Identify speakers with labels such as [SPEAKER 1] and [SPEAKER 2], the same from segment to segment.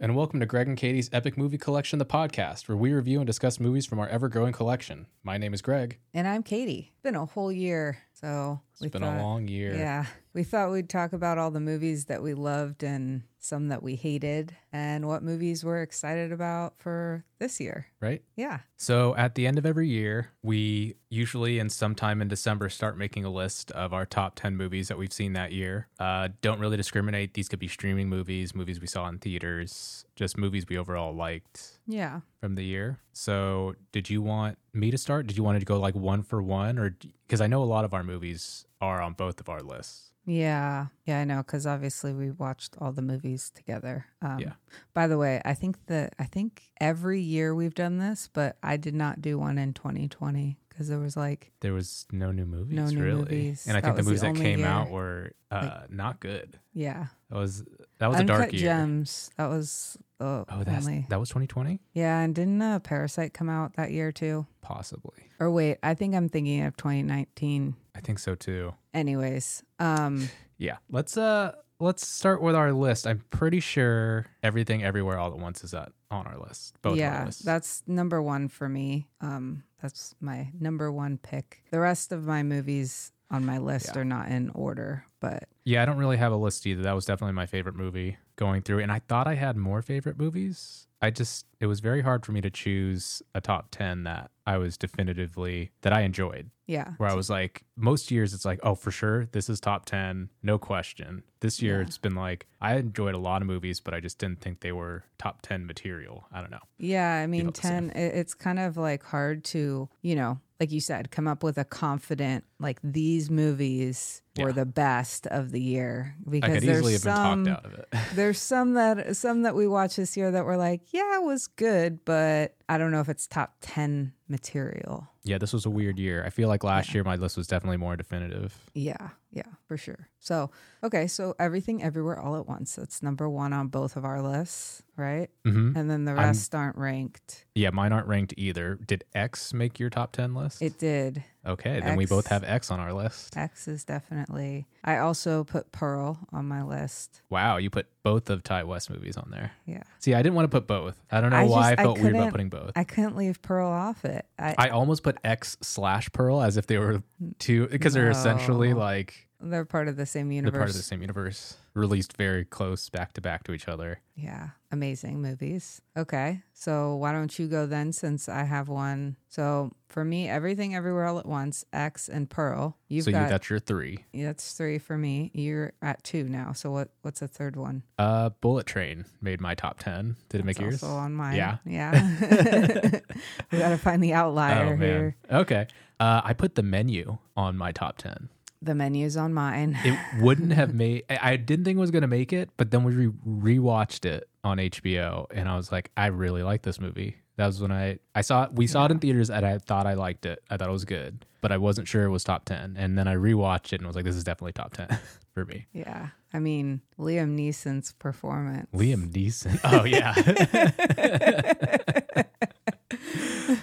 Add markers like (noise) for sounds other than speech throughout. [SPEAKER 1] and welcome to Greg and Katie's Epic Movie Collection, the podcast, where we review and discuss movies from our ever growing collection. My name is Greg.
[SPEAKER 2] And I'm Katie. Been a whole year. So
[SPEAKER 1] It's been a long year.
[SPEAKER 2] Yeah. We thought we'd talk about all the movies that we loved and some that we hated and what movies we're excited about for this year.
[SPEAKER 1] Right?
[SPEAKER 2] Yeah.
[SPEAKER 1] So, at the end of every year, we usually and sometime in December start making a list of our top 10 movies that we've seen that year. Uh, don't really discriminate. These could be streaming movies, movies we saw in theaters, just movies we overall liked.
[SPEAKER 2] Yeah.
[SPEAKER 1] from the year. So, did you want me to start? Did you want to go like one for one, or because I know a lot of our movies are on both of our lists?
[SPEAKER 2] Yeah. Yeah, I know cuz obviously we watched all the movies together. Um
[SPEAKER 1] Yeah.
[SPEAKER 2] by the way, I think that I think every year we've done this, but I did not do one in 2020 cuz there was like
[SPEAKER 1] There was no new movies,
[SPEAKER 2] No new
[SPEAKER 1] really,
[SPEAKER 2] movies.
[SPEAKER 1] and I
[SPEAKER 2] That
[SPEAKER 1] think the
[SPEAKER 2] was the
[SPEAKER 1] movies that
[SPEAKER 2] only
[SPEAKER 1] came out
[SPEAKER 2] year.
[SPEAKER 1] were uh, not good.
[SPEAKER 2] yeah.
[SPEAKER 1] That was that was a dark
[SPEAKER 2] Uncut
[SPEAKER 1] year.
[SPEAKER 2] Gems. That was oh,
[SPEAKER 1] Oh, that's
[SPEAKER 2] only.
[SPEAKER 1] that was 2020,
[SPEAKER 2] Yeah, and didn't uh, Parasite come out that year too?
[SPEAKER 1] possibly.
[SPEAKER 2] Or wait, I think I'm thinking of 2019.
[SPEAKER 1] I think so too.
[SPEAKER 2] Anyways, um,
[SPEAKER 1] Yeah, let's uh let's start with our list. I'm pretty sure everything, everywhere, all at once is at, on our list. Both of our
[SPEAKER 2] yeah,
[SPEAKER 1] lists.
[SPEAKER 2] that's number one for me. Um, that's my number one pick. The rest of my movies on my list
[SPEAKER 1] Yeah.
[SPEAKER 2] are not in order, but
[SPEAKER 1] Yeah, I don't really have a list either. That was definitely my favorite movie going through. And I thought I had more favorite movies. I just, it was very hard for me to choose a top 10 that I was definitively, that I enjoyed.
[SPEAKER 2] yeah,
[SPEAKER 1] Where I was like, most years it's like, oh, for sure, this is top 10, no question. This year
[SPEAKER 2] Yeah.
[SPEAKER 1] it's been like, I enjoyed a lot of movies, but I just didn't think they were top 10 material. I don't know.
[SPEAKER 2] yeah. I mean,
[SPEAKER 1] felt the same.
[SPEAKER 2] ten. It, it's kind of like hard to, you know, like you said, come up with a confident like these movies were
[SPEAKER 1] Yeah.
[SPEAKER 2] the best of the year because
[SPEAKER 1] I could
[SPEAKER 2] there's
[SPEAKER 1] easily have been
[SPEAKER 2] some.
[SPEAKER 1] talked out of it. (laughs)
[SPEAKER 2] There's some that some that we watched this year that were like, yeah, it was good, but I don't know if it's top ten material.
[SPEAKER 1] yeah, this was a weird year. I feel like last year my list was definitely more definitive.
[SPEAKER 2] Yeah, yeah, for sure. So okay, so everything everywhere all at once. That's number one on both of our lists, right?
[SPEAKER 1] hmm
[SPEAKER 2] And then the
[SPEAKER 1] I'm-
[SPEAKER 2] rest aren't ranked.
[SPEAKER 1] Yeah, mine aren't ranked either. Did X make your top 10 list?
[SPEAKER 2] It did.
[SPEAKER 1] okay, then we both
[SPEAKER 2] X.
[SPEAKER 1] have X on our list.
[SPEAKER 2] X is definitely. I also put Pearl on my list.
[SPEAKER 1] Wow, you put both of Ty West movies on there.
[SPEAKER 2] Yeah,
[SPEAKER 1] See, I didn't want to put both. I don't know
[SPEAKER 2] I
[SPEAKER 1] why
[SPEAKER 2] just-
[SPEAKER 1] I
[SPEAKER 2] I
[SPEAKER 1] felt weird about
[SPEAKER 2] couldn't-
[SPEAKER 1] putting both. I,
[SPEAKER 2] I couldn't leave Pearl off it. I,
[SPEAKER 1] almost put X slash Pearl as if they were two, because they're essentially
[SPEAKER 2] No.
[SPEAKER 1] like
[SPEAKER 2] they're part of the same
[SPEAKER 1] they're
[SPEAKER 2] universe.
[SPEAKER 1] part of the same universe, released very close back to back to each other.
[SPEAKER 2] Yeah, amazing movies. Okay, so why don't you go then since I have one? So for me, Everything Everywhere All at Once, X, and Pearl. You've
[SPEAKER 1] so you,
[SPEAKER 2] got
[SPEAKER 1] that's your three.
[SPEAKER 2] that's three for me. You're at two now. So what? What's the third one?
[SPEAKER 1] Uh, Bullet Train made my top ten. Did it make
[SPEAKER 2] It's
[SPEAKER 1] yours?
[SPEAKER 2] also on mine.
[SPEAKER 1] Yeah. (laughs)
[SPEAKER 2] yeah. (laughs) we gotta find the outlier
[SPEAKER 1] oh man.
[SPEAKER 2] here.
[SPEAKER 1] Okay. Uh, I put the menu on my top ten.
[SPEAKER 2] The menu's on mine. (laughs)
[SPEAKER 1] it wouldn't have made I I didn't think it was going to make it, but then we re- rewatched it on HBO and I was like I really like this movie. That was when I I saw it, we saw it in theaters and I thought I liked it. I thought it was good, but I wasn't sure it was top 10. And then I rewatched it and was like this is definitely top (laughs) 10 for me.
[SPEAKER 2] yeah, I mean Liam Neeson's performance.
[SPEAKER 1] Liam Neeson. (laughs) Oh yeah.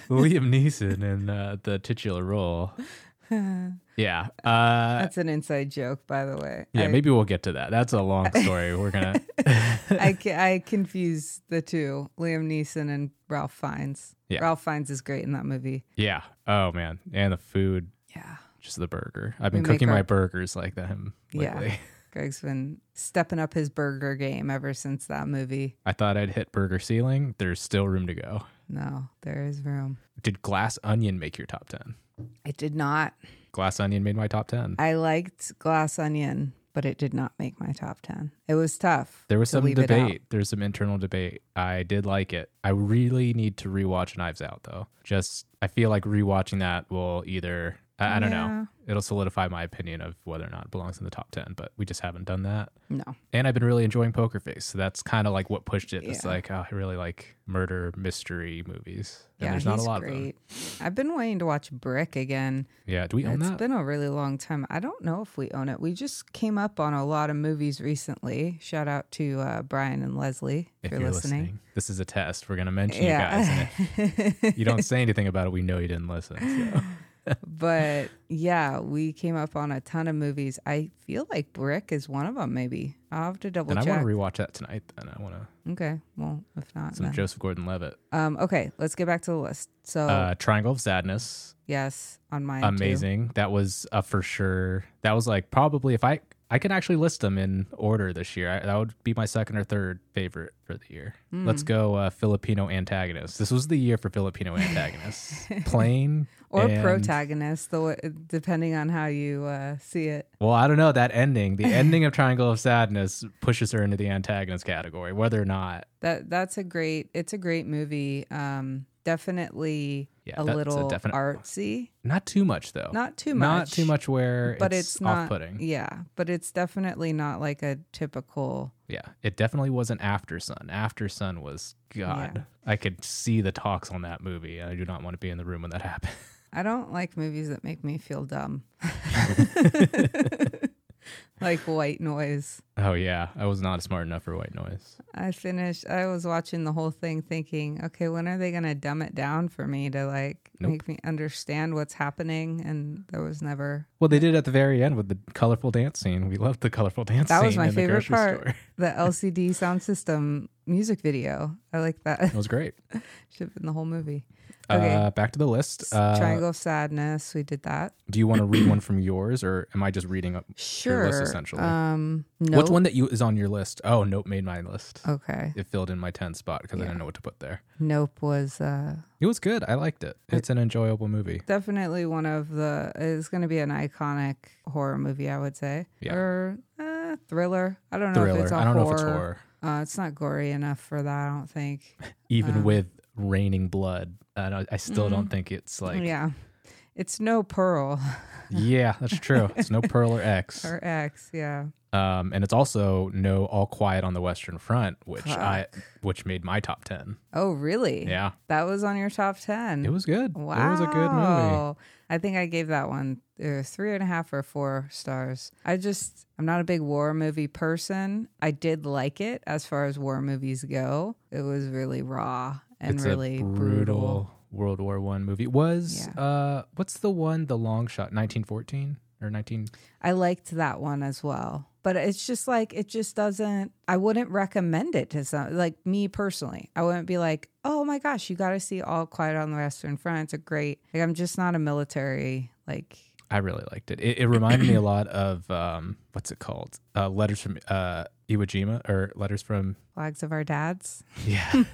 [SPEAKER 1] Liam Neeson in uh, the titular (laughs) role. Yeah. Uh
[SPEAKER 2] That's an inside joke, by the way.
[SPEAKER 1] yeah,
[SPEAKER 2] I,
[SPEAKER 1] maybe we'll get to that. That's a (laughs) long story. We're going to
[SPEAKER 2] I, ca- I confuse the two, Liam Neeson and Ralph Fiennes.
[SPEAKER 1] Yeah.
[SPEAKER 2] Ralph Fiennes is great in that movie.
[SPEAKER 1] Yeah. Oh man. And the food,
[SPEAKER 2] Yeah.
[SPEAKER 1] just the burger. I've
[SPEAKER 2] We
[SPEAKER 1] been
[SPEAKER 2] make
[SPEAKER 1] cooking my
[SPEAKER 2] our-
[SPEAKER 1] burgers like that him
[SPEAKER 2] Yeah.
[SPEAKER 1] lately.
[SPEAKER 2] Greg's been stepping up his burger game ever since that movie.
[SPEAKER 1] I thought I'd hit burger ceiling. There's still room to go.
[SPEAKER 2] No, there is room.
[SPEAKER 1] Did glass onion make your top 10?
[SPEAKER 2] I did not.
[SPEAKER 1] Glass onion made my top 10.
[SPEAKER 2] I liked Glass Onion, but it did not make my top 10. It was tough.
[SPEAKER 1] there was
[SPEAKER 2] to
[SPEAKER 1] some
[SPEAKER 2] leave it out.
[SPEAKER 1] debate. There's some internal debate. I did like it. I really need to rewatch Knives Out though. Just I feel like rewatching that will either I, I don't know. It'll solidify my opinion of whether or not it belongs in the top 10, but we just haven't done that.
[SPEAKER 2] No.
[SPEAKER 1] and I've been really enjoying Poker Face. So that's kind of like what pushed it. It's
[SPEAKER 2] Yeah.
[SPEAKER 1] like oh, I really like murder mystery movies. And
[SPEAKER 2] yeah,
[SPEAKER 1] there's not a
[SPEAKER 2] he's
[SPEAKER 1] lot of them.
[SPEAKER 2] great. I've been waiting to watch Brick again.
[SPEAKER 1] Yeah, do we own
[SPEAKER 2] It's
[SPEAKER 1] that?
[SPEAKER 2] been a really long time. I don't know if we own it. We just came up on a lot of movies recently. Shout out to uh, Brian and Leslie if,
[SPEAKER 1] if you're listening. this is a test. We're gonna mention you guys. And
[SPEAKER 2] Yeah.
[SPEAKER 1] if you don't say anything about it, we know you didn't listen. So.
[SPEAKER 2] (laughs) but yeah, we came up on a ton of movies. I feel like Brick is one of them. Maybe I'll have to double
[SPEAKER 1] and I want
[SPEAKER 2] check.
[SPEAKER 1] to rewatch that tonight. Then I want to
[SPEAKER 2] okay, well, if not,
[SPEAKER 1] some
[SPEAKER 2] then.
[SPEAKER 1] Joseph Gordon-Levitt.
[SPEAKER 2] um, okay, let's get back to the list. So
[SPEAKER 1] Uh, Triangle of Sadness,
[SPEAKER 2] yes, on mine, too.
[SPEAKER 1] amazing. That was a for sure. That was like probably if I I can actually list them in order this year. I, that would be my second or third favorite for the year.
[SPEAKER 2] Hmm.
[SPEAKER 1] Let's go uh, Filipino antagonists. This was the year for Filipino
[SPEAKER 2] (laughs)
[SPEAKER 1] antagonists. Plain
[SPEAKER 2] or
[SPEAKER 1] and-
[SPEAKER 2] protagonist, the way, depending on how you uh, see it.
[SPEAKER 1] Well, I don't know that ending. The ending of Triangle of Sadness pushes her into the antagonist category, whether or not.
[SPEAKER 2] That that's a great. It's a great movie. Um, definitely
[SPEAKER 1] Yeah,
[SPEAKER 2] a
[SPEAKER 1] that's a
[SPEAKER 2] little
[SPEAKER 1] definite-
[SPEAKER 2] artsy,
[SPEAKER 1] Not too much though.
[SPEAKER 2] not too much,
[SPEAKER 1] Not too much where
[SPEAKER 2] but
[SPEAKER 1] it's,
[SPEAKER 2] it's, not
[SPEAKER 1] off-putting.
[SPEAKER 2] Yeah, but it's definitely not like a typical.
[SPEAKER 1] Yeah, it definitely wasn't After Sun. After Sun was God. I could see the talks on that movie, and I do not want to be in the room when that (laughs) happened.
[SPEAKER 2] I don't like movies that make me
[SPEAKER 1] (laughs)
[SPEAKER 2] feel dumb. (laughs) like white noise.
[SPEAKER 1] oh yeah, I was not smart enough for white noise.
[SPEAKER 2] I finished I was watching the whole thing thinking, okay, when are they going to dumb it down for me to like
[SPEAKER 1] Nope.
[SPEAKER 2] make me understand what's happening and there was never
[SPEAKER 1] Well, they did at the very end with the colorful dance scene. We loved the colorful dance
[SPEAKER 2] That
[SPEAKER 1] scene
[SPEAKER 2] was my
[SPEAKER 1] in the
[SPEAKER 2] favorite
[SPEAKER 1] grocery
[SPEAKER 2] part.
[SPEAKER 1] store. (laughs)
[SPEAKER 2] the LCD sound system music video. I like that. (laughs)
[SPEAKER 1] It was great.
[SPEAKER 2] Should have been the whole movie. Okay.
[SPEAKER 1] Uh, back to the list. Uh,
[SPEAKER 2] Triangle of Sadness, we did that.
[SPEAKER 1] Do you want to read
[SPEAKER 2] (clears throat)
[SPEAKER 1] one from yours, or am I just reading? Up?
[SPEAKER 2] Sure.
[SPEAKER 1] list, essentially.
[SPEAKER 2] Um no.
[SPEAKER 1] What's one that you is on your list? Oh, Nope made my list.
[SPEAKER 2] Okay.
[SPEAKER 1] It filled in my ten spot because I didn't know what to put there.
[SPEAKER 2] Nope was uh
[SPEAKER 1] It was good. I liked it. It's an enjoyable movie.
[SPEAKER 2] definitely one of the it's going to be an iconic horror movie i would say
[SPEAKER 1] Yeah.
[SPEAKER 2] or uh, thriller i don't know if it's
[SPEAKER 1] Thriller.
[SPEAKER 2] a
[SPEAKER 1] I don't know
[SPEAKER 2] horror.
[SPEAKER 1] if it's horror.
[SPEAKER 2] Uh, it's not gory enough for that i don't think (laughs)
[SPEAKER 1] even with raining blood. I, don't, I still don't think it's like, (laughs) yeah.
[SPEAKER 2] Oh, yeah it's no pearl (laughs)
[SPEAKER 1] that's true. It's no Pearl or X.
[SPEAKER 2] or x yeah
[SPEAKER 1] Um, and it's also no All Quiet on the Western Front, which I which made my top ten.
[SPEAKER 2] oh really
[SPEAKER 1] Yeah,
[SPEAKER 2] that was on your top 10
[SPEAKER 1] it was good.
[SPEAKER 2] wow
[SPEAKER 1] It was a good movie.
[SPEAKER 2] i think i gave that one uh, three and a half or four stars i just i'm not a big war movie person i did like it as far as war movies go it was really raw and
[SPEAKER 1] it's
[SPEAKER 2] really
[SPEAKER 1] a
[SPEAKER 2] brutal
[SPEAKER 1] brutal World War One movie. Was uh, what's the one? The Long Shot, nineteen fourteen or nineteen?
[SPEAKER 2] I liked that one as well. But it's just like it just doesn't I wouldn't recommend it to some like me personally. I wouldn't be like, "Oh my gosh, you got to see All Quiet on the Western Front. It's a great." Like I'm just not a military like
[SPEAKER 1] I really liked it. It, it reminded me a lot of um, what's it called? Uh, letters from uh, Iwo Jima or letters from
[SPEAKER 2] flags of our dads. (laughs)
[SPEAKER 1] yeah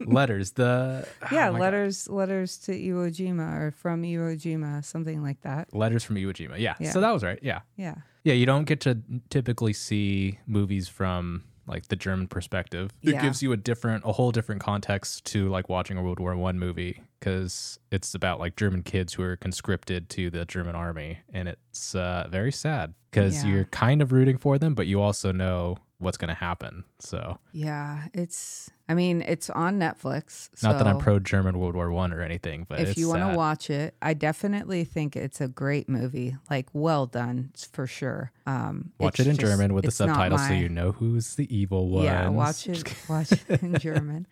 [SPEAKER 1] letters. The oh
[SPEAKER 2] yeah,
[SPEAKER 1] my God.
[SPEAKER 2] letters letters to Iwo Jima or from Iwo Jima, something like that.
[SPEAKER 1] letters from Iwo Jima. Yeah.
[SPEAKER 2] Yeah.
[SPEAKER 1] So that was right. Yeah.
[SPEAKER 2] Yeah.
[SPEAKER 1] Yeah. You don't get to typically see movies from like the German perspective. It
[SPEAKER 2] Yeah.
[SPEAKER 1] gives you a different, a whole different context to like watching a World War One movie because it's about like German kids who are conscripted to the German army, and it's uh, very sad because
[SPEAKER 2] Yeah.
[SPEAKER 1] you're kind of rooting for them, but you also know what's going to happen. So
[SPEAKER 2] Yeah, it's I mean, it's on Netflix. So
[SPEAKER 1] not that I'm pro German World War One or anything, but
[SPEAKER 2] if
[SPEAKER 1] it's
[SPEAKER 2] you want
[SPEAKER 1] sad.
[SPEAKER 2] to watch it, I definitely think it's a great movie. Like, well done s- for sure. Um,
[SPEAKER 1] Watch
[SPEAKER 2] it's
[SPEAKER 1] it in
[SPEAKER 2] just-
[SPEAKER 1] German with the
[SPEAKER 2] it's not
[SPEAKER 1] subtitles so
[SPEAKER 2] my-
[SPEAKER 1] you know who's the evil one.
[SPEAKER 2] Yeah, watch it. Watch
[SPEAKER 1] (laughs)
[SPEAKER 2] it in German.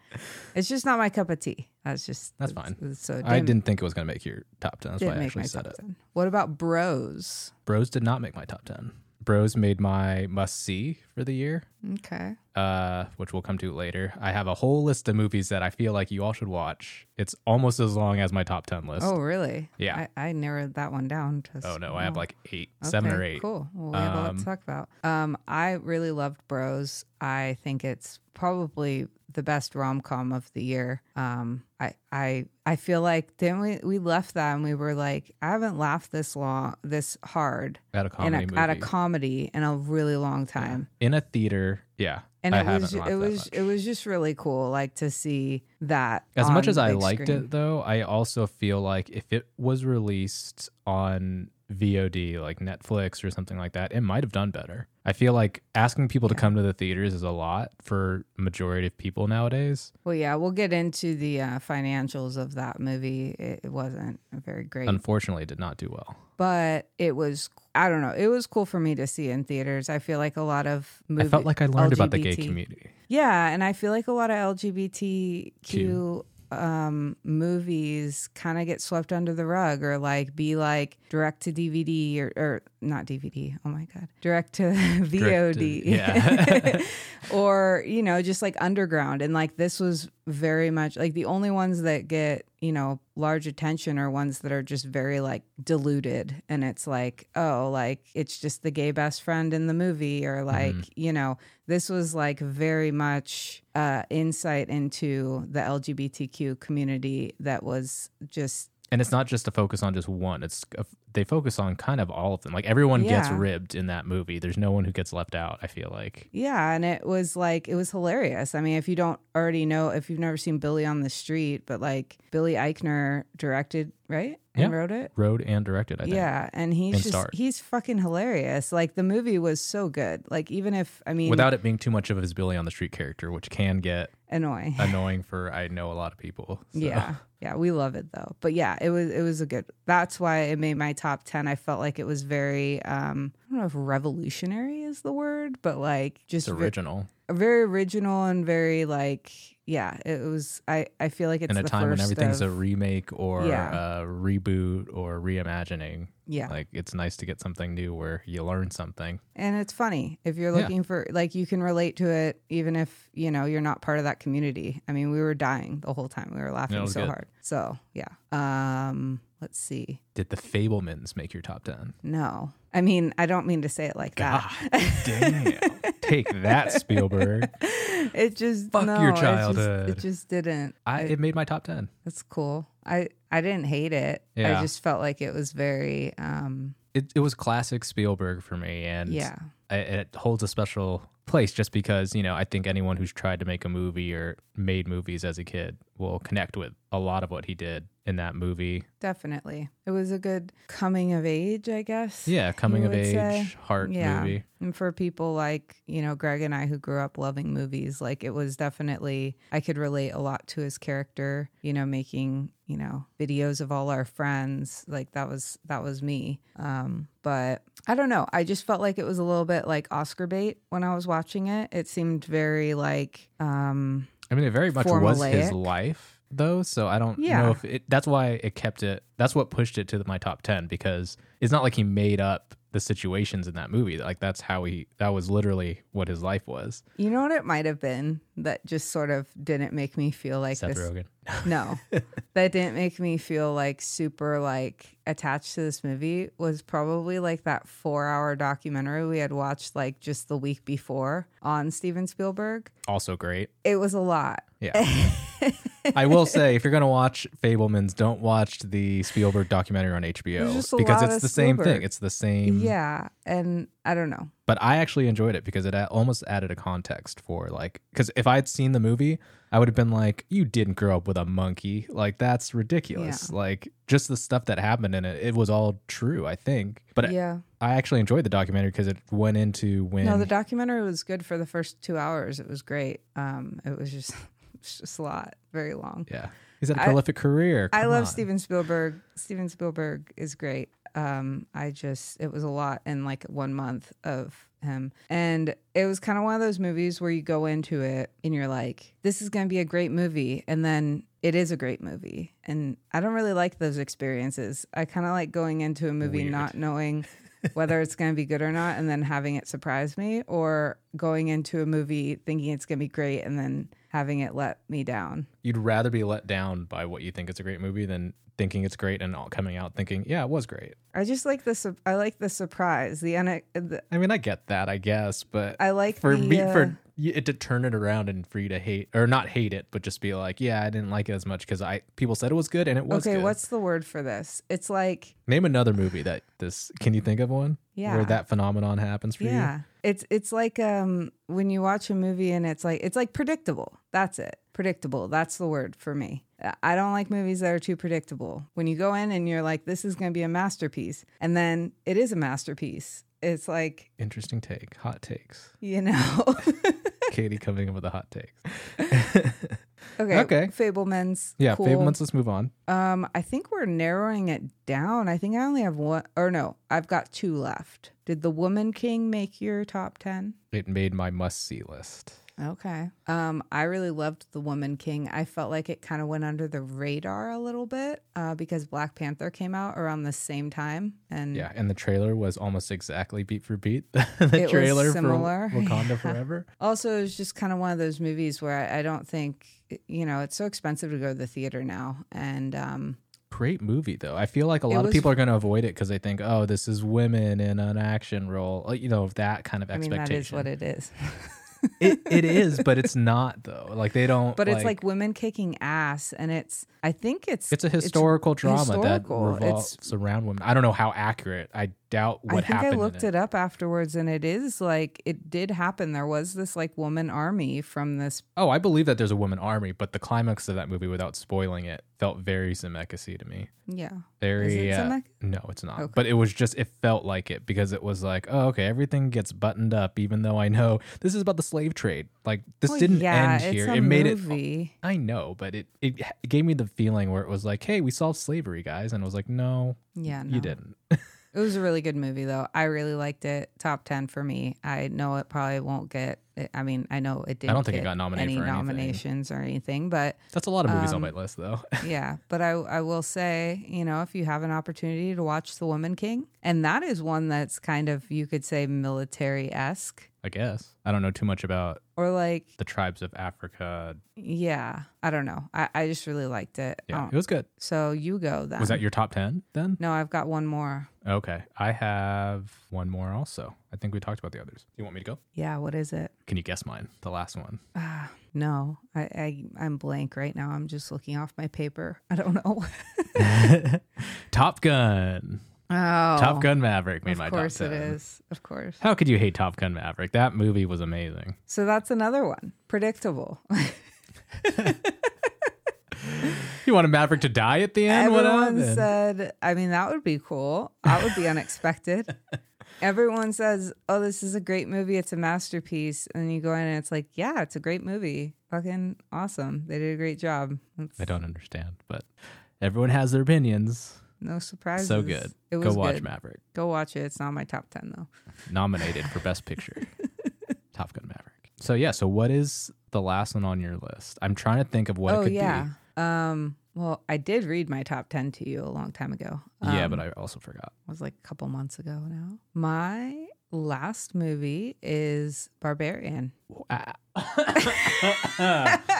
[SPEAKER 2] It's just not my cup of tea. That's just
[SPEAKER 1] That's
[SPEAKER 2] it's-
[SPEAKER 1] fine.
[SPEAKER 2] it's- so it
[SPEAKER 1] I
[SPEAKER 2] didn't-
[SPEAKER 1] didn't think it was going to make your top 10. That's why
[SPEAKER 2] didn't
[SPEAKER 1] I
[SPEAKER 2] make my
[SPEAKER 1] actually said
[SPEAKER 2] top
[SPEAKER 1] it.
[SPEAKER 2] ten. What about Bros?
[SPEAKER 1] Bros did not make my top 10. Bros made my must see for the year,
[SPEAKER 2] Okay,
[SPEAKER 1] uh, which we'll come to later. I have a whole list of movies that I feel like you all should watch. It's almost as long as my top 10 list.
[SPEAKER 2] Oh, really?
[SPEAKER 1] Yeah.
[SPEAKER 2] I, I narrowed that one down. To
[SPEAKER 1] Oh, no. I have like eight, seven
[SPEAKER 2] Okay,
[SPEAKER 1] or eight.
[SPEAKER 2] Cool. Well, we have a lot to
[SPEAKER 1] Um,
[SPEAKER 2] talk about. Um, I really loved Bros. I think it's probably the best rom com of the year. Um, I I I feel like then we we left that and we were like, I haven't laughed this long, this hard
[SPEAKER 1] At a
[SPEAKER 2] in
[SPEAKER 1] comedy
[SPEAKER 2] a,
[SPEAKER 1] movie.
[SPEAKER 2] at a comedy in a really long time
[SPEAKER 1] in a theater. Yeah.
[SPEAKER 2] and
[SPEAKER 1] I
[SPEAKER 2] it
[SPEAKER 1] haven't
[SPEAKER 2] was
[SPEAKER 1] laughed
[SPEAKER 2] it
[SPEAKER 1] that
[SPEAKER 2] was
[SPEAKER 1] much.
[SPEAKER 2] it was just really cool like to see that
[SPEAKER 1] As
[SPEAKER 2] on
[SPEAKER 1] much as I
[SPEAKER 2] big
[SPEAKER 1] liked
[SPEAKER 2] screen.
[SPEAKER 1] it, though, I also feel like if it was released on VOD, like Netflix or something like that, it might have done better. I feel like asking people to come to the theaters is a lot for majority of people nowadays.
[SPEAKER 2] well yeah we'll get into the uh, financials of that movie it, it wasn't very great
[SPEAKER 1] Unfortunately, it did not do well.
[SPEAKER 2] but it was I don't know. It was cool for me to see in theaters. I feel like a lot of movie,
[SPEAKER 1] I felt like I learned about the gay
[SPEAKER 2] LGBT
[SPEAKER 1] community.
[SPEAKER 2] Yeah, and I feel like a lot of LGBTQ um, movies kind of get swept under the rug or like be like direct to DVD or, or not DVD. Oh my God. Direct to (laughs)
[SPEAKER 1] Direct to-
[SPEAKER 2] VOD. (laughs)
[SPEAKER 1] yeah.
[SPEAKER 2] or, you know, just like underground. And like this was very much like the only ones that get, you know, large attention are ones that are just very like diluted. And it's like, oh, like it's just the gay best friend in the movie or like, you know, this was like very much uh, insight into the LGBTQ community that was just
[SPEAKER 1] and it's not just a focus on just one. It's they focus on kind of all of them. Like everyone gets
[SPEAKER 2] Yeah.
[SPEAKER 1] ribbed in that movie. There's no one who gets left out. I feel like
[SPEAKER 2] Yeah, and it was like it was hilarious. I mean, if you don't already know, if you've never seen Billy on the Street, but like Billy Eichner directed, right? And
[SPEAKER 1] Yeah.
[SPEAKER 2] wrote it.
[SPEAKER 1] wrote and directed. I think.
[SPEAKER 2] Yeah, and he's
[SPEAKER 1] And
[SPEAKER 2] just
[SPEAKER 1] starred.
[SPEAKER 2] he's fucking hilarious. Like the movie was so good. Like even if I mean
[SPEAKER 1] Without it being too much of his Billy on the Street character, which can get
[SPEAKER 2] annoying.
[SPEAKER 1] annoying for I know a lot of people. (laughs) So. (laughs)
[SPEAKER 2] Yeah. Yeah, we love it though. But yeah, it was it was a good. That's why it made my top 10. I felt like it was very um I don't know if revolutionary is the word, but like just
[SPEAKER 1] it's
[SPEAKER 2] ve-
[SPEAKER 1] original
[SPEAKER 2] very original and very like yeah it was i i feel like it's
[SPEAKER 1] in a
[SPEAKER 2] the
[SPEAKER 1] time when
[SPEAKER 2] first
[SPEAKER 1] everything's
[SPEAKER 2] of-
[SPEAKER 1] a remake or
[SPEAKER 2] Yeah.
[SPEAKER 1] a reboot or reimagining.
[SPEAKER 2] yeah
[SPEAKER 1] Like it's nice to get something new where you learn something.
[SPEAKER 2] and it's funny if you're
[SPEAKER 1] Yeah.
[SPEAKER 2] looking for like you can relate to it even if you know you're not part of that community i mean we were dying the whole time we were laughing
[SPEAKER 1] was
[SPEAKER 2] so
[SPEAKER 1] good.
[SPEAKER 2] hard so yeah um let's see
[SPEAKER 1] Did the Fablemans make your top ten?
[SPEAKER 2] no i mean i don't mean to say it like
[SPEAKER 1] God
[SPEAKER 2] that (laughs)
[SPEAKER 1] damn! Take that, Spielberg.
[SPEAKER 2] it just
[SPEAKER 1] Fuck
[SPEAKER 2] no,
[SPEAKER 1] your
[SPEAKER 2] it just-
[SPEAKER 1] childhood.
[SPEAKER 2] it just, didn't
[SPEAKER 1] I it made my top ten.
[SPEAKER 2] that's cool i i didn't hate it
[SPEAKER 1] Yeah.
[SPEAKER 2] i just felt like it was very um
[SPEAKER 1] It it was classic Spielberg for me, and
[SPEAKER 2] yeah
[SPEAKER 1] I- it holds a special place just because you know I think anyone who's tried to make a movie or made movies as a kid will connect with a lot of what he did in that movie.
[SPEAKER 2] Definitely. It was a good coming of age, I guess.
[SPEAKER 1] Yeah, coming of
[SPEAKER 2] would
[SPEAKER 1] age
[SPEAKER 2] say.
[SPEAKER 1] heart
[SPEAKER 2] Yeah.
[SPEAKER 1] movie.
[SPEAKER 2] And for people like, you know, Greg and I who grew up loving movies, like it was definitely, I could relate a lot to his character, you know, making, you know, videos of all our friends. Like that was, that was me. Um, but I don't know. I just felt like it was a little bit like Oscar bait when I was watching it. It seemed very like, um,
[SPEAKER 1] I mean, it very much was his
[SPEAKER 2] Formulaic.
[SPEAKER 1] life, though. So I don't
[SPEAKER 2] Yeah.
[SPEAKER 1] know if it, that's why it kept it. That's what pushed it to my top ten because it's not like he made up the situations in that movie. Like that's how he. That was literally what his life was.
[SPEAKER 2] you know what it might have been that just sort of didn't make me feel like
[SPEAKER 1] Seth
[SPEAKER 2] this
[SPEAKER 1] Rogen. (laughs)
[SPEAKER 2] no that didn't make me feel like super like attached to this movie was probably like that four hour documentary we had watched like just the week before on steven spielberg
[SPEAKER 1] Also great.
[SPEAKER 2] it was a lot (laughs)
[SPEAKER 1] Yeah. I will say, if you're going to watch Fablemans, don't watch the Spielberg documentary on HBO
[SPEAKER 2] There's just a
[SPEAKER 1] because
[SPEAKER 2] lot
[SPEAKER 1] it's
[SPEAKER 2] of
[SPEAKER 1] the same
[SPEAKER 2] Spielberg.
[SPEAKER 1] thing. It's the same.
[SPEAKER 2] yeah and i don't know
[SPEAKER 1] But I actually enjoyed it because it a- almost added a context for like, because if I had seen the movie, I would have been like, you didn't grow up with a monkey. Like, that's ridiculous. Like, just the stuff that happened in it, it was all true, I think. But I-
[SPEAKER 2] yeah
[SPEAKER 1] I actually enjoyed the documentary because it went into when.
[SPEAKER 2] no the documentary was good for the first two hours it was great um it was just (laughs) it's just a lot very long
[SPEAKER 1] yeah. He's had a
[SPEAKER 2] I-
[SPEAKER 1] prolific career.
[SPEAKER 2] I
[SPEAKER 1] Come
[SPEAKER 2] love
[SPEAKER 1] on.
[SPEAKER 2] Steven Spielberg. Steven Spielberg is great. Um, I just it was a lot in like one month of him, and it was kind of one of those movies where you go into it and you're like, "This is going to be a great movie," and then it is a great movie. And I don't really like those experiences. I kind of like going into a movie
[SPEAKER 1] Weird.
[SPEAKER 2] not knowing
[SPEAKER 1] (laughs)
[SPEAKER 2] whether it's going to be good or not, and then having it surprise me, or going into a movie thinking it's going to be great and then having it let me down.
[SPEAKER 1] you'd rather be let down by what you think is a great movie than thinking it's great and all coming out thinking, yeah, it was great.
[SPEAKER 2] I just like the su- I like the surprise. The, un- the
[SPEAKER 1] I mean, I get that, I guess, but
[SPEAKER 2] I like
[SPEAKER 1] for
[SPEAKER 2] the,
[SPEAKER 1] me,
[SPEAKER 2] uh,
[SPEAKER 1] for y- it to turn it around and for you to hate or not hate it, but just be like, yeah, I didn't like it as much because I people said it was good and it was
[SPEAKER 2] okay.
[SPEAKER 1] good.
[SPEAKER 2] What's the word for this? It's like
[SPEAKER 1] Name another movie that this. Can you think of one?
[SPEAKER 2] Yeah.
[SPEAKER 1] where that phenomenon happens for you.
[SPEAKER 2] yeah, it's it's like um when you watch a movie and it's like it's like predictable. That's it. Predictable. That's the word for me. I- I don't like movies that are too predictable. When you go in and you're like, this is going to be a masterpiece, and then it is a masterpiece. It's like
[SPEAKER 1] Interesting take, hot takes.
[SPEAKER 2] (laughs) you know.
[SPEAKER 1] Katie coming up with the hot
[SPEAKER 2] (laughs)
[SPEAKER 1] takes.
[SPEAKER 2] okay.
[SPEAKER 1] Okay.
[SPEAKER 2] Fablemans.
[SPEAKER 1] Yeah,
[SPEAKER 2] cool.
[SPEAKER 1] Fablemans. Let's move on.
[SPEAKER 2] Um, I think we're narrowing it down. I think I only have one, or no, I've got two left. Did the Woman King make your top ten?
[SPEAKER 1] It made my must see list.
[SPEAKER 2] Okay. Um, I really loved The Woman King. I felt like it kind of went under the radar a little bit uh, because Black Panther came out around the same time, and
[SPEAKER 1] Yeah, and the trailer was almost exactly beat for beat (laughs) the
[SPEAKER 2] was
[SPEAKER 1] trailer for
[SPEAKER 2] similar,
[SPEAKER 1] Wakanda
[SPEAKER 2] (laughs) yeah.
[SPEAKER 1] Forever.
[SPEAKER 2] also it's just kind of one of those movies where I, I don't think you know it's so expensive to go to the theater now, and um,
[SPEAKER 1] Great movie though. I feel like a lot of
[SPEAKER 2] was-
[SPEAKER 1] people are going to avoid it because they think, oh, this is women in an action role, Like, you know, that kind of
[SPEAKER 2] I mean
[SPEAKER 1] expectation.
[SPEAKER 2] that is what it is.
[SPEAKER 1] it, it
[SPEAKER 2] (laughs)
[SPEAKER 1] is, but it's not though. Like they don't.
[SPEAKER 2] But it's like women kicking ass, and it's I think it's
[SPEAKER 1] it's a historical drama
[SPEAKER 2] historical.
[SPEAKER 1] that
[SPEAKER 2] It's-
[SPEAKER 1] revolves around women. I don't know how accurate. I doubt what
[SPEAKER 2] I think
[SPEAKER 1] happened.
[SPEAKER 2] I
[SPEAKER 1] in
[SPEAKER 2] looked it up afterwards, and it is like it did happen. There was this like woman army from this
[SPEAKER 1] Oh, I believe that there's a woman army, but the climax of that movie, without spoiling it, felt very Zemeckis-y to me.
[SPEAKER 2] yeah.
[SPEAKER 1] Very.
[SPEAKER 2] Is it
[SPEAKER 1] uh,
[SPEAKER 2] Zemeck-
[SPEAKER 1] no, it's not.
[SPEAKER 2] Okay.
[SPEAKER 1] But it was just it felt like it because it was like, oh, okay, everything gets buttoned up, even though I know (laughs) this is about the slave trade. Like this
[SPEAKER 2] Well,
[SPEAKER 1] didn't
[SPEAKER 2] oh, yeah,
[SPEAKER 1] end
[SPEAKER 2] it's
[SPEAKER 1] here.
[SPEAKER 2] a
[SPEAKER 1] It made it.
[SPEAKER 2] movie.
[SPEAKER 1] I know, but it, it it gave me the feeling where it was like, hey, we solved slavery, guys, and I was like, no,
[SPEAKER 2] Yeah, no.
[SPEAKER 1] you didn't.
[SPEAKER 2] It was a really good movie, though. I really liked it. Top ten for me. I know it probably won't get. I mean, I know it didn't.
[SPEAKER 1] don't think it
[SPEAKER 2] get
[SPEAKER 1] got nominated
[SPEAKER 2] any
[SPEAKER 1] for anything.
[SPEAKER 2] nominations or anything, but
[SPEAKER 1] That's a lot of movies on
[SPEAKER 2] Um,
[SPEAKER 1] my list, though. (laughs)
[SPEAKER 2] yeah. But I, I will say, you know, if you have an opportunity to watch The Woman King, and that is one that's kind of you could say military esque,
[SPEAKER 1] I guess I don't know too much about
[SPEAKER 2] or like,
[SPEAKER 1] the tribes of Africa.
[SPEAKER 2] yeah, I don't know. I, I just really liked it.
[SPEAKER 1] Yeah,
[SPEAKER 2] Oh,
[SPEAKER 1] it was good.
[SPEAKER 2] so you go then.
[SPEAKER 1] Was that your top ten then?
[SPEAKER 2] No, I've got one more.
[SPEAKER 1] Okay, I have one more also. I think we talked about the others. You want me to go?
[SPEAKER 2] Yeah, what is it?
[SPEAKER 1] Can you guess mine? The last one.
[SPEAKER 2] Ah, no, I, I I'm blank right now. I'm just looking off my paper. (laughs) I don't know.
[SPEAKER 1] Top Gun.
[SPEAKER 2] oh,
[SPEAKER 1] Top Gun Maverick made
[SPEAKER 2] Of
[SPEAKER 1] my
[SPEAKER 2] course
[SPEAKER 1] top
[SPEAKER 2] it
[SPEAKER 1] ten.
[SPEAKER 2] is. Of course.
[SPEAKER 1] How could you hate Top Gun Maverick? That movie was amazing.
[SPEAKER 2] So that's another one. Predictable.
[SPEAKER 1] You wanted Maverick to die at the end? what
[SPEAKER 2] Everyone
[SPEAKER 1] happened?
[SPEAKER 2] said. I mean, that would be cool. That would be unexpected.
[SPEAKER 1] (laughs)
[SPEAKER 2] Everyone says, "Oh, this is a great movie. It's a masterpiece." And you go in, and it's like, "Yeah, it's a great movie. Fucking awesome. They did a great job." It's
[SPEAKER 1] I don't understand, but everyone has their opinions.
[SPEAKER 2] no surprises.
[SPEAKER 1] So good.
[SPEAKER 2] It was
[SPEAKER 1] Go watch
[SPEAKER 2] good.
[SPEAKER 1] Maverick.
[SPEAKER 2] Go watch it. It's not on my top ten though.
[SPEAKER 1] Nominated for Best
[SPEAKER 2] (laughs)
[SPEAKER 1] Picture. Top Gun Maverick. So yeah, so what is the last one on your list? I'm trying to think of what it
[SPEAKER 2] oh
[SPEAKER 1] could
[SPEAKER 2] yeah. Um. Well, I did read my top ten to you a long time ago.
[SPEAKER 1] be. yeah, but
[SPEAKER 2] Um,
[SPEAKER 1] I also forgot. (laughs)
[SPEAKER 2] it was like a couple months ago now. My last movie is Barbarian.
[SPEAKER 1] Ah.
[SPEAKER 2] (laughs)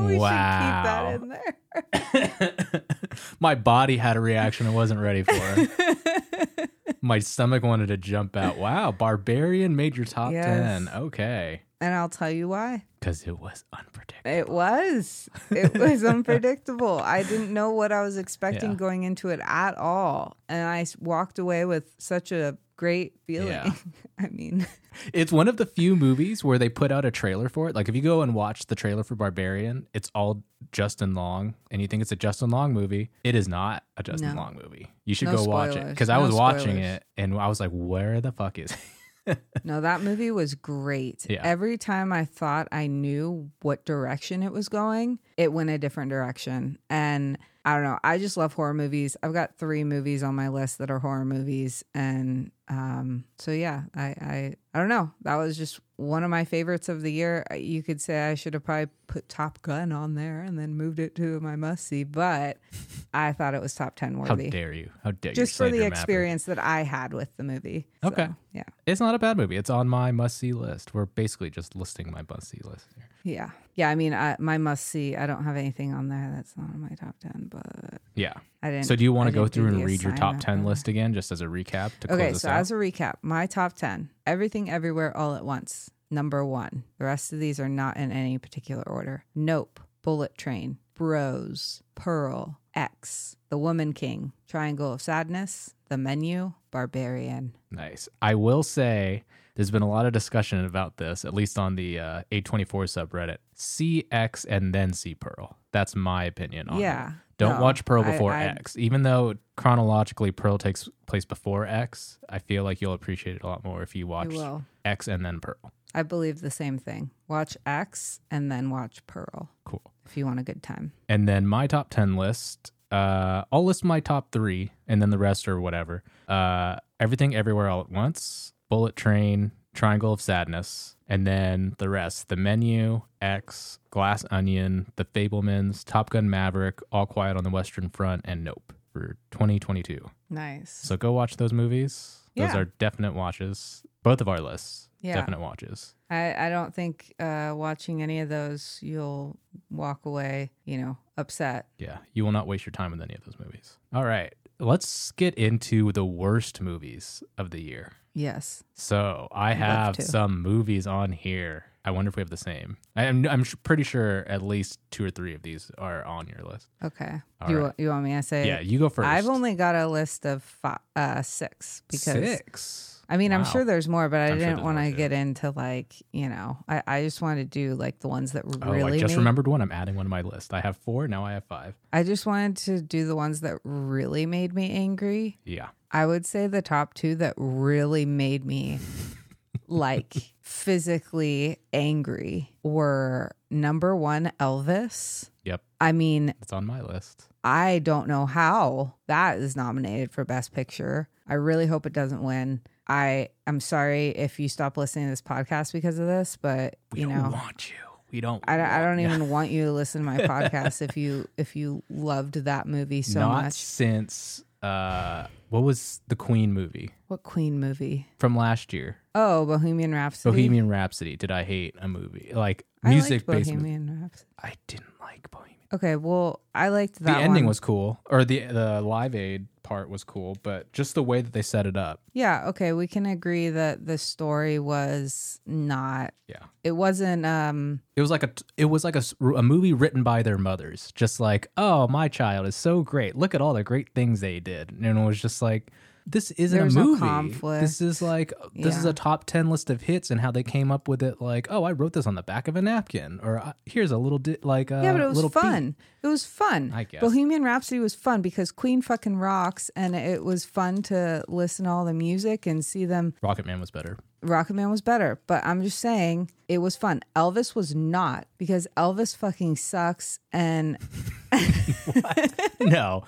[SPEAKER 2] we
[SPEAKER 1] Wow.
[SPEAKER 2] should keep that in there.
[SPEAKER 1] My body had a reaction I wasn't ready for. My stomach wanted to jump out. Wow, Barbarian made your top
[SPEAKER 2] Yes.
[SPEAKER 1] 10. Okay.
[SPEAKER 2] (laughs) And I'll tell you why.
[SPEAKER 1] Because it was unpredictable.
[SPEAKER 2] It was.
[SPEAKER 1] (laughs)
[SPEAKER 2] It was unpredictable. I didn't know what I was expecting
[SPEAKER 1] Yeah.
[SPEAKER 2] going into it at all. And I s- walked away with such a great feeling.
[SPEAKER 1] Yeah.
[SPEAKER 2] (laughs) I mean,
[SPEAKER 1] It's one of the few movies where they put out a trailer for it. Like if you go and watch the trailer for Barbarian, it's all Justin Long, and you think it's a Justin Long movie. It is not a Justin
[SPEAKER 2] No.
[SPEAKER 1] Long movie. You should
[SPEAKER 2] No
[SPEAKER 1] go watch it
[SPEAKER 2] spoilers.
[SPEAKER 1] because I
[SPEAKER 2] No
[SPEAKER 1] was watching
[SPEAKER 2] spoilers.
[SPEAKER 1] it and I was like, "Where the fuck is?"
[SPEAKER 2] No, that movie was great.
[SPEAKER 1] Yeah.
[SPEAKER 2] Every time I thought I knew what direction it was going, it went a different direction. And I don't know. I just love horror movies. I've got three movies on my list that are horror movies, and um, so yeah, I, I I don't know. That was just one of my favorites of the year. You could say I should have probably put Top Gun on there and then moved it to my must see, but I thought it was top ten
[SPEAKER 1] How
[SPEAKER 2] worthy.
[SPEAKER 1] dare you? How dare you?
[SPEAKER 2] Just for
[SPEAKER 1] slander
[SPEAKER 2] the
[SPEAKER 1] Maverick.
[SPEAKER 2] experience that I had with the movie. So,
[SPEAKER 1] Okay.
[SPEAKER 2] yeah.
[SPEAKER 1] It's not a bad movie. It's on my must see list. We're basically just listing my must see list here.
[SPEAKER 2] Yeah. Yeah. I mean, I, my must see, I don't have anything on there that's not on my top 10, but
[SPEAKER 1] Yeah.
[SPEAKER 2] I didn't.
[SPEAKER 1] So do you want
[SPEAKER 2] I
[SPEAKER 1] to go
[SPEAKER 2] didn't do
[SPEAKER 1] through and
[SPEAKER 2] the
[SPEAKER 1] read your top
[SPEAKER 2] assignment,
[SPEAKER 1] ten
[SPEAKER 2] but-
[SPEAKER 1] list again, just as a recap to
[SPEAKER 2] Okay.
[SPEAKER 1] close us
[SPEAKER 2] So,
[SPEAKER 1] out?
[SPEAKER 2] as a recap, my top 10 everything, everywhere, all at once, number one. The rest of these are not in any particular order. Nope, Bullet Train, Bros, Pearl, X, The Woman King, Triangle of Sadness, The Menu, Barbarian.
[SPEAKER 1] Nice. I will say there's been a lot of discussion about this, at least on the uh, A24 subreddit. CX and then see Pearl. That's my opinion on it.
[SPEAKER 2] yeah.
[SPEAKER 1] Don't
[SPEAKER 2] no,
[SPEAKER 1] watch Pearl
[SPEAKER 2] I-
[SPEAKER 1] before
[SPEAKER 2] I-
[SPEAKER 1] X. Even though chronologically Pearl takes place before X, I feel like you'll appreciate it a lot more if you
[SPEAKER 2] I
[SPEAKER 1] watch
[SPEAKER 2] will.
[SPEAKER 1] X and then Pearl.
[SPEAKER 2] I believe the same thing. Watch X and then watch Pearl
[SPEAKER 1] Cool.
[SPEAKER 2] if you want a good time.
[SPEAKER 1] And then my top 10 list, uh, I'll list my top three and then the rest are whatever. Uh, Everything Everywhere All at Once, Bullet Train, Triangle of Sadness, and then the rest: The Menu, X, Glass Onion, The Fablemans, Top Gun: Maverick, All Quiet on the Western Front, and Nope for 2022.
[SPEAKER 2] Nice.
[SPEAKER 1] So go watch those movies. Those
[SPEAKER 2] Yeah.
[SPEAKER 1] are definite watches. Both of our lists,
[SPEAKER 2] Yeah.
[SPEAKER 1] definite watches.
[SPEAKER 2] I, I don't think uh, watching any of those you'll walk away, you know, upset.
[SPEAKER 1] Yeah, you will not waste your time with any of those movies. All right, let's get into the worst movies of the year.
[SPEAKER 2] Yes.
[SPEAKER 1] So I
[SPEAKER 2] Love
[SPEAKER 1] have
[SPEAKER 2] to.
[SPEAKER 1] some movies on here. I wonder if we have the same. I am, I'm sh- pretty sure at least two or three of these are on your list.
[SPEAKER 2] Okay.
[SPEAKER 1] All
[SPEAKER 2] Do you,
[SPEAKER 1] right.
[SPEAKER 2] wa- you want me to say?
[SPEAKER 1] Yeah, you go first.
[SPEAKER 2] I've only got a list of five, uh, six because
[SPEAKER 1] six.
[SPEAKER 2] I mean I'm
[SPEAKER 1] Wow.
[SPEAKER 2] sure there's more, but I
[SPEAKER 1] I'm sure
[SPEAKER 2] didn't
[SPEAKER 1] there's
[SPEAKER 2] want
[SPEAKER 1] more,
[SPEAKER 2] to
[SPEAKER 1] too.
[SPEAKER 2] get into like you know I, I just wanted to do like the ones that
[SPEAKER 1] Oh,
[SPEAKER 2] really
[SPEAKER 1] I just
[SPEAKER 2] made,
[SPEAKER 1] remembered one. I'm adding one to my list. I have four. Now I have five.
[SPEAKER 2] I just wanted to do the ones that really made me angry.
[SPEAKER 1] Yeah.
[SPEAKER 2] I would say the top two that really made me
[SPEAKER 1] (laughs)
[SPEAKER 2] like physically angry were number one, Elvis.
[SPEAKER 1] Yep.
[SPEAKER 2] I mean,
[SPEAKER 1] It's on my list.
[SPEAKER 2] I don't know how that is nominated for Best Picture. I really hope it doesn't win. I am sorry if you stop listening to this podcast because of this, but
[SPEAKER 1] We
[SPEAKER 2] you
[SPEAKER 1] don't
[SPEAKER 2] know,
[SPEAKER 1] want you. We don't.
[SPEAKER 2] I don't, I
[SPEAKER 1] want
[SPEAKER 2] don't
[SPEAKER 1] you.
[SPEAKER 2] even want you to listen to
[SPEAKER 1] (laughs)
[SPEAKER 2] my podcast if you if you loved that movie so
[SPEAKER 1] Not
[SPEAKER 2] much.
[SPEAKER 1] since uh, what was the Queen movie
[SPEAKER 2] What Queen movie?
[SPEAKER 1] from last year?
[SPEAKER 2] Oh, Bohemian Rhapsody.
[SPEAKER 1] Bohemian Rhapsody. Did I hate a movie like
[SPEAKER 2] I liked
[SPEAKER 1] music based? mo-
[SPEAKER 2] Bohemian Rhapsody.
[SPEAKER 1] I didn't like Bohemian.
[SPEAKER 2] Okay, well, I liked that.
[SPEAKER 1] the ending
[SPEAKER 2] one.
[SPEAKER 1] was cool, or the the Live Aid part was cool, but just the way that they set it up,
[SPEAKER 2] yeah. Okay, we can agree that the story was not.
[SPEAKER 1] yeah,
[SPEAKER 2] It wasn't. Um.
[SPEAKER 1] it was like a t- it was like a, s- a movie written by their mothers, just like oh my child is so great, look at all the great things they did, and it was just like this isn't
[SPEAKER 2] There was
[SPEAKER 1] a
[SPEAKER 2] no
[SPEAKER 1] movie.
[SPEAKER 2] conflict.
[SPEAKER 1] This is like this is
[SPEAKER 2] Yeah.
[SPEAKER 1] a top ten list of hits and how they came up with it. Like oh, I wrote this on the back of a napkin, or "I- here's a little di- like a
[SPEAKER 2] Yeah, but it was
[SPEAKER 1] little beat."
[SPEAKER 2] fun. It was fun.
[SPEAKER 1] I guess.
[SPEAKER 2] Bohemian Rhapsody was fun because Queen fucking rocks, and it was fun to listen to all the music and see them.
[SPEAKER 1] Rocket Man was better.
[SPEAKER 2] Rocket Man was better, but I'm just saying it was fun. Elvis was not because Elvis fucking sucks, and
[SPEAKER 1] no,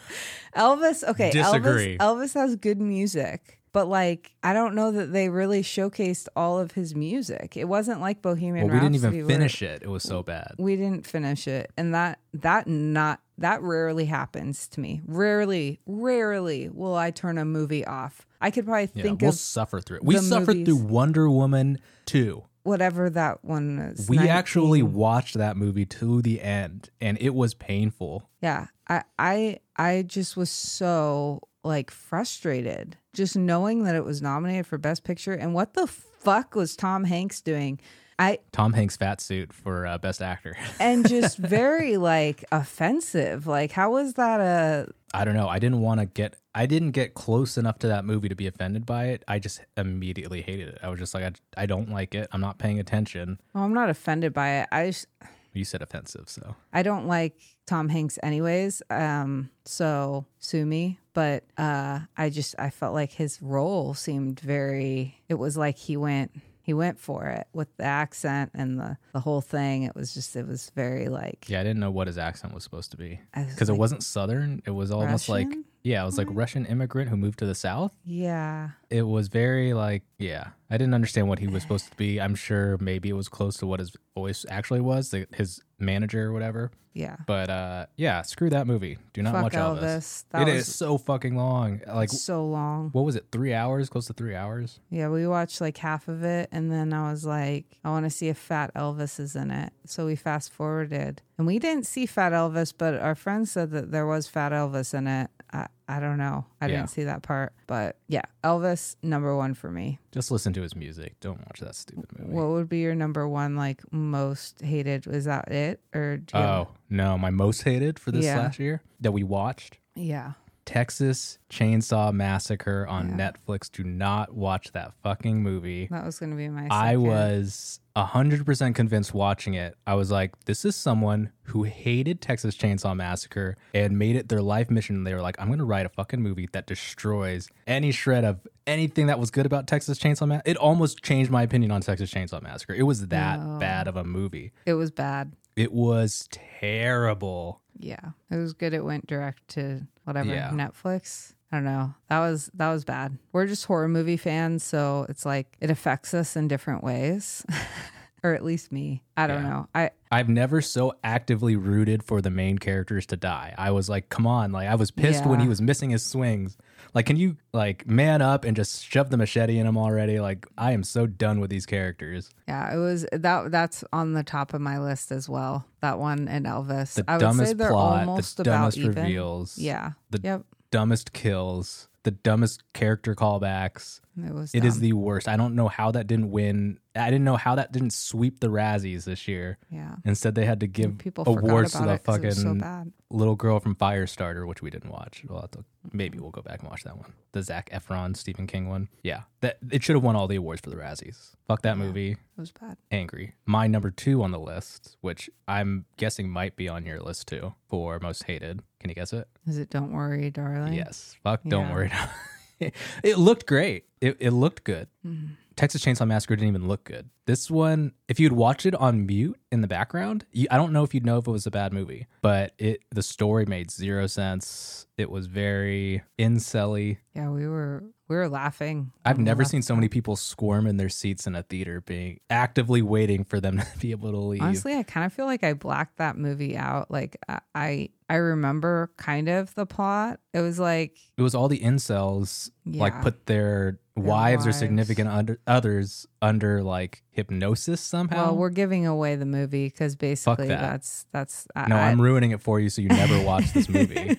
[SPEAKER 2] Elvis, okay,
[SPEAKER 1] Disagree.
[SPEAKER 2] Elvis, Elvis has good music, but like I don't know that they really showcased all of his music. It wasn't like Bohemian
[SPEAKER 1] well, we didn't
[SPEAKER 2] Rhapsody.
[SPEAKER 1] even
[SPEAKER 2] where-
[SPEAKER 1] finish it. It was so bad.
[SPEAKER 2] We didn't finish it, and that that not that rarely happens to me. Rarely, rarely will I turn a movie off. I could probably
[SPEAKER 1] Yeah,
[SPEAKER 2] think
[SPEAKER 1] we'll
[SPEAKER 2] of
[SPEAKER 1] suffer through it. We
[SPEAKER 2] the
[SPEAKER 1] suffered
[SPEAKER 2] movies.
[SPEAKER 1] through Wonder Woman 2.
[SPEAKER 2] whatever that one is.
[SPEAKER 1] We
[SPEAKER 2] 19.
[SPEAKER 1] actually watched that movie to the end and it was painful.
[SPEAKER 2] Yeah. I I I just was so like frustrated just knowing that it was nominated for best picture and what the fuck was Tom Hanks doing? I
[SPEAKER 1] Tom Hanks' fat suit for uh, best actor. (laughs)
[SPEAKER 2] and just very like offensive. Like how was that a
[SPEAKER 1] I don't know. I didn't want to get I didn't get close enough to that movie to be offended by it. I just immediately hated it. I was just like I, I don't like it. I'm not paying attention.
[SPEAKER 2] well, oh, I'm not offended by it. I just
[SPEAKER 1] You said offensive, so.
[SPEAKER 2] I don't like Tom Hanks anyways. Um so sue me, but uh I just I felt like his role seemed very it was like he went he went for it with the accent and the the whole thing. It was just it was very like
[SPEAKER 1] Yeah, I didn't know what his accent was supposed to be.
[SPEAKER 2] I was
[SPEAKER 1] Cuz it
[SPEAKER 2] like,
[SPEAKER 1] wasn't southern. It was almost like
[SPEAKER 2] Russian? Mm-hmm.
[SPEAKER 1] yeah, it was like Russian immigrant who moved to the south.
[SPEAKER 2] yeah.
[SPEAKER 1] it was very like yeah i didn't understand what he was supposed to be i'm sure maybe it was close to what his voice actually was the, his manager or whatever
[SPEAKER 2] Yeah.
[SPEAKER 1] but uh yeah screw that movie do not
[SPEAKER 2] Fuck
[SPEAKER 1] watch
[SPEAKER 2] Elvis.
[SPEAKER 1] elvis, It is
[SPEAKER 2] That was
[SPEAKER 1] so fucking long like
[SPEAKER 2] so long.
[SPEAKER 1] what was it three hours close to three hours
[SPEAKER 2] Yeah, we watched like half of it and then I was like, I want to see if Fat Elvis is in it. So we fast forwarded. And we didn't see Fat Elvis, but our friend said that there was Fat Elvis in it. I, I don't know. I
[SPEAKER 1] Yeah.
[SPEAKER 2] didn't see that part. But yeah, Elvis number 1 for me.
[SPEAKER 1] just listen to his music don't watch that stupid movie
[SPEAKER 2] What would be your number 1 like most hated? Is that it or do you
[SPEAKER 1] oh no my most hated for this
[SPEAKER 2] Yeah.
[SPEAKER 1] last year that we watched
[SPEAKER 2] Yeah.
[SPEAKER 1] texas chainsaw massacre on netflix do not watch that fucking movie
[SPEAKER 2] That was going to be my second.
[SPEAKER 1] I was 100% convinced watching it. I was like, this is someone who hated Texas Chainsaw Massacre and made it their life mission. They were like, I'm going to write a fucking movie that destroys any shred of anything that was good about Texas Chainsaw Massacre. It almost changed my opinion on Texas Chainsaw Massacre. It was that
[SPEAKER 2] No.
[SPEAKER 1] bad of a movie.
[SPEAKER 2] It was bad.
[SPEAKER 1] It was terrible.
[SPEAKER 2] Yeah. It was good it went direct to whatever
[SPEAKER 1] Yeah.
[SPEAKER 2] Netflix. I don't know. That was that was bad. We're just horror movie fans, so it's like it affects us in different ways. (laughs) or at least me. I don't
[SPEAKER 1] Yeah.
[SPEAKER 2] know. I
[SPEAKER 1] I've never so actively rooted for the main characters to die. I was like, come on. Like, I was pissed when
[SPEAKER 2] Yeah.
[SPEAKER 1] he was missing his swings. Like, can you, like, man up and just shove the machete in him already? Like, I am so done with these characters.
[SPEAKER 2] yeah, it was that that's on the top of my list as well. That one and Elvis.
[SPEAKER 1] The
[SPEAKER 2] I would say
[SPEAKER 1] dumbest
[SPEAKER 2] they're
[SPEAKER 1] plot,
[SPEAKER 2] almost
[SPEAKER 1] the
[SPEAKER 2] about
[SPEAKER 1] dumbest
[SPEAKER 2] even.
[SPEAKER 1] reveals,
[SPEAKER 2] Yeah.
[SPEAKER 1] The-
[SPEAKER 2] yep.
[SPEAKER 1] dumbest kills, the dumbest character callbacks.
[SPEAKER 2] It was
[SPEAKER 1] It is
[SPEAKER 2] dumb.
[SPEAKER 1] the worst. I don't know how that didn't win. I didn't know how that didn't sweep the Razzies this year.
[SPEAKER 2] yeah.
[SPEAKER 1] Instead, they had to give
[SPEAKER 2] People
[SPEAKER 1] awards to
[SPEAKER 2] forgot
[SPEAKER 1] the
[SPEAKER 2] about it 'cause it
[SPEAKER 1] fucking
[SPEAKER 2] was so bad.
[SPEAKER 1] little girl from Firestarter, which we didn't watch. We'll have to, maybe we'll go back and watch that one. The Zach Efron, Stephen King one. Yeah, that it should have won all the awards for the Razzies. Fuck that movie.
[SPEAKER 2] It was bad.
[SPEAKER 1] Angry. My number two on the list, which I'm guessing might be on your list too, for most hated. Can you guess it?
[SPEAKER 2] Is it Don't Worry, Darling?
[SPEAKER 1] Yes. Fuck. Don't
[SPEAKER 2] Yeah.
[SPEAKER 1] worry. (laughs) it looked great. It, it looked good.
[SPEAKER 2] Mm-hmm.
[SPEAKER 1] Texas Chainsaw Massacre didn't even look good. This one, if you'd watch it on mute in the background, you, I don't know if you'd know if it was a bad movie, but it the story made zero sense. It was very incelly.
[SPEAKER 2] Yeah, we were we were laughing.
[SPEAKER 1] I've
[SPEAKER 2] when we
[SPEAKER 1] never
[SPEAKER 2] left.
[SPEAKER 1] seen so many people squirm in their seats in a theater, being actively waiting for them (laughs) to be able to leave.
[SPEAKER 2] Honestly, I kind of feel like I blacked that movie out. Like I- I I remember kind of the plot. It was like
[SPEAKER 1] it was all the incels like
[SPEAKER 2] Yeah.
[SPEAKER 1] put their wives, or
[SPEAKER 2] wives.
[SPEAKER 1] significant under, others under like hypnosis somehow.
[SPEAKER 2] well, we're giving away the movie because basically
[SPEAKER 1] that.
[SPEAKER 2] that's that's
[SPEAKER 1] No, I, am ruining it for you, so you never watch this
[SPEAKER 2] (laughs)
[SPEAKER 1] movie.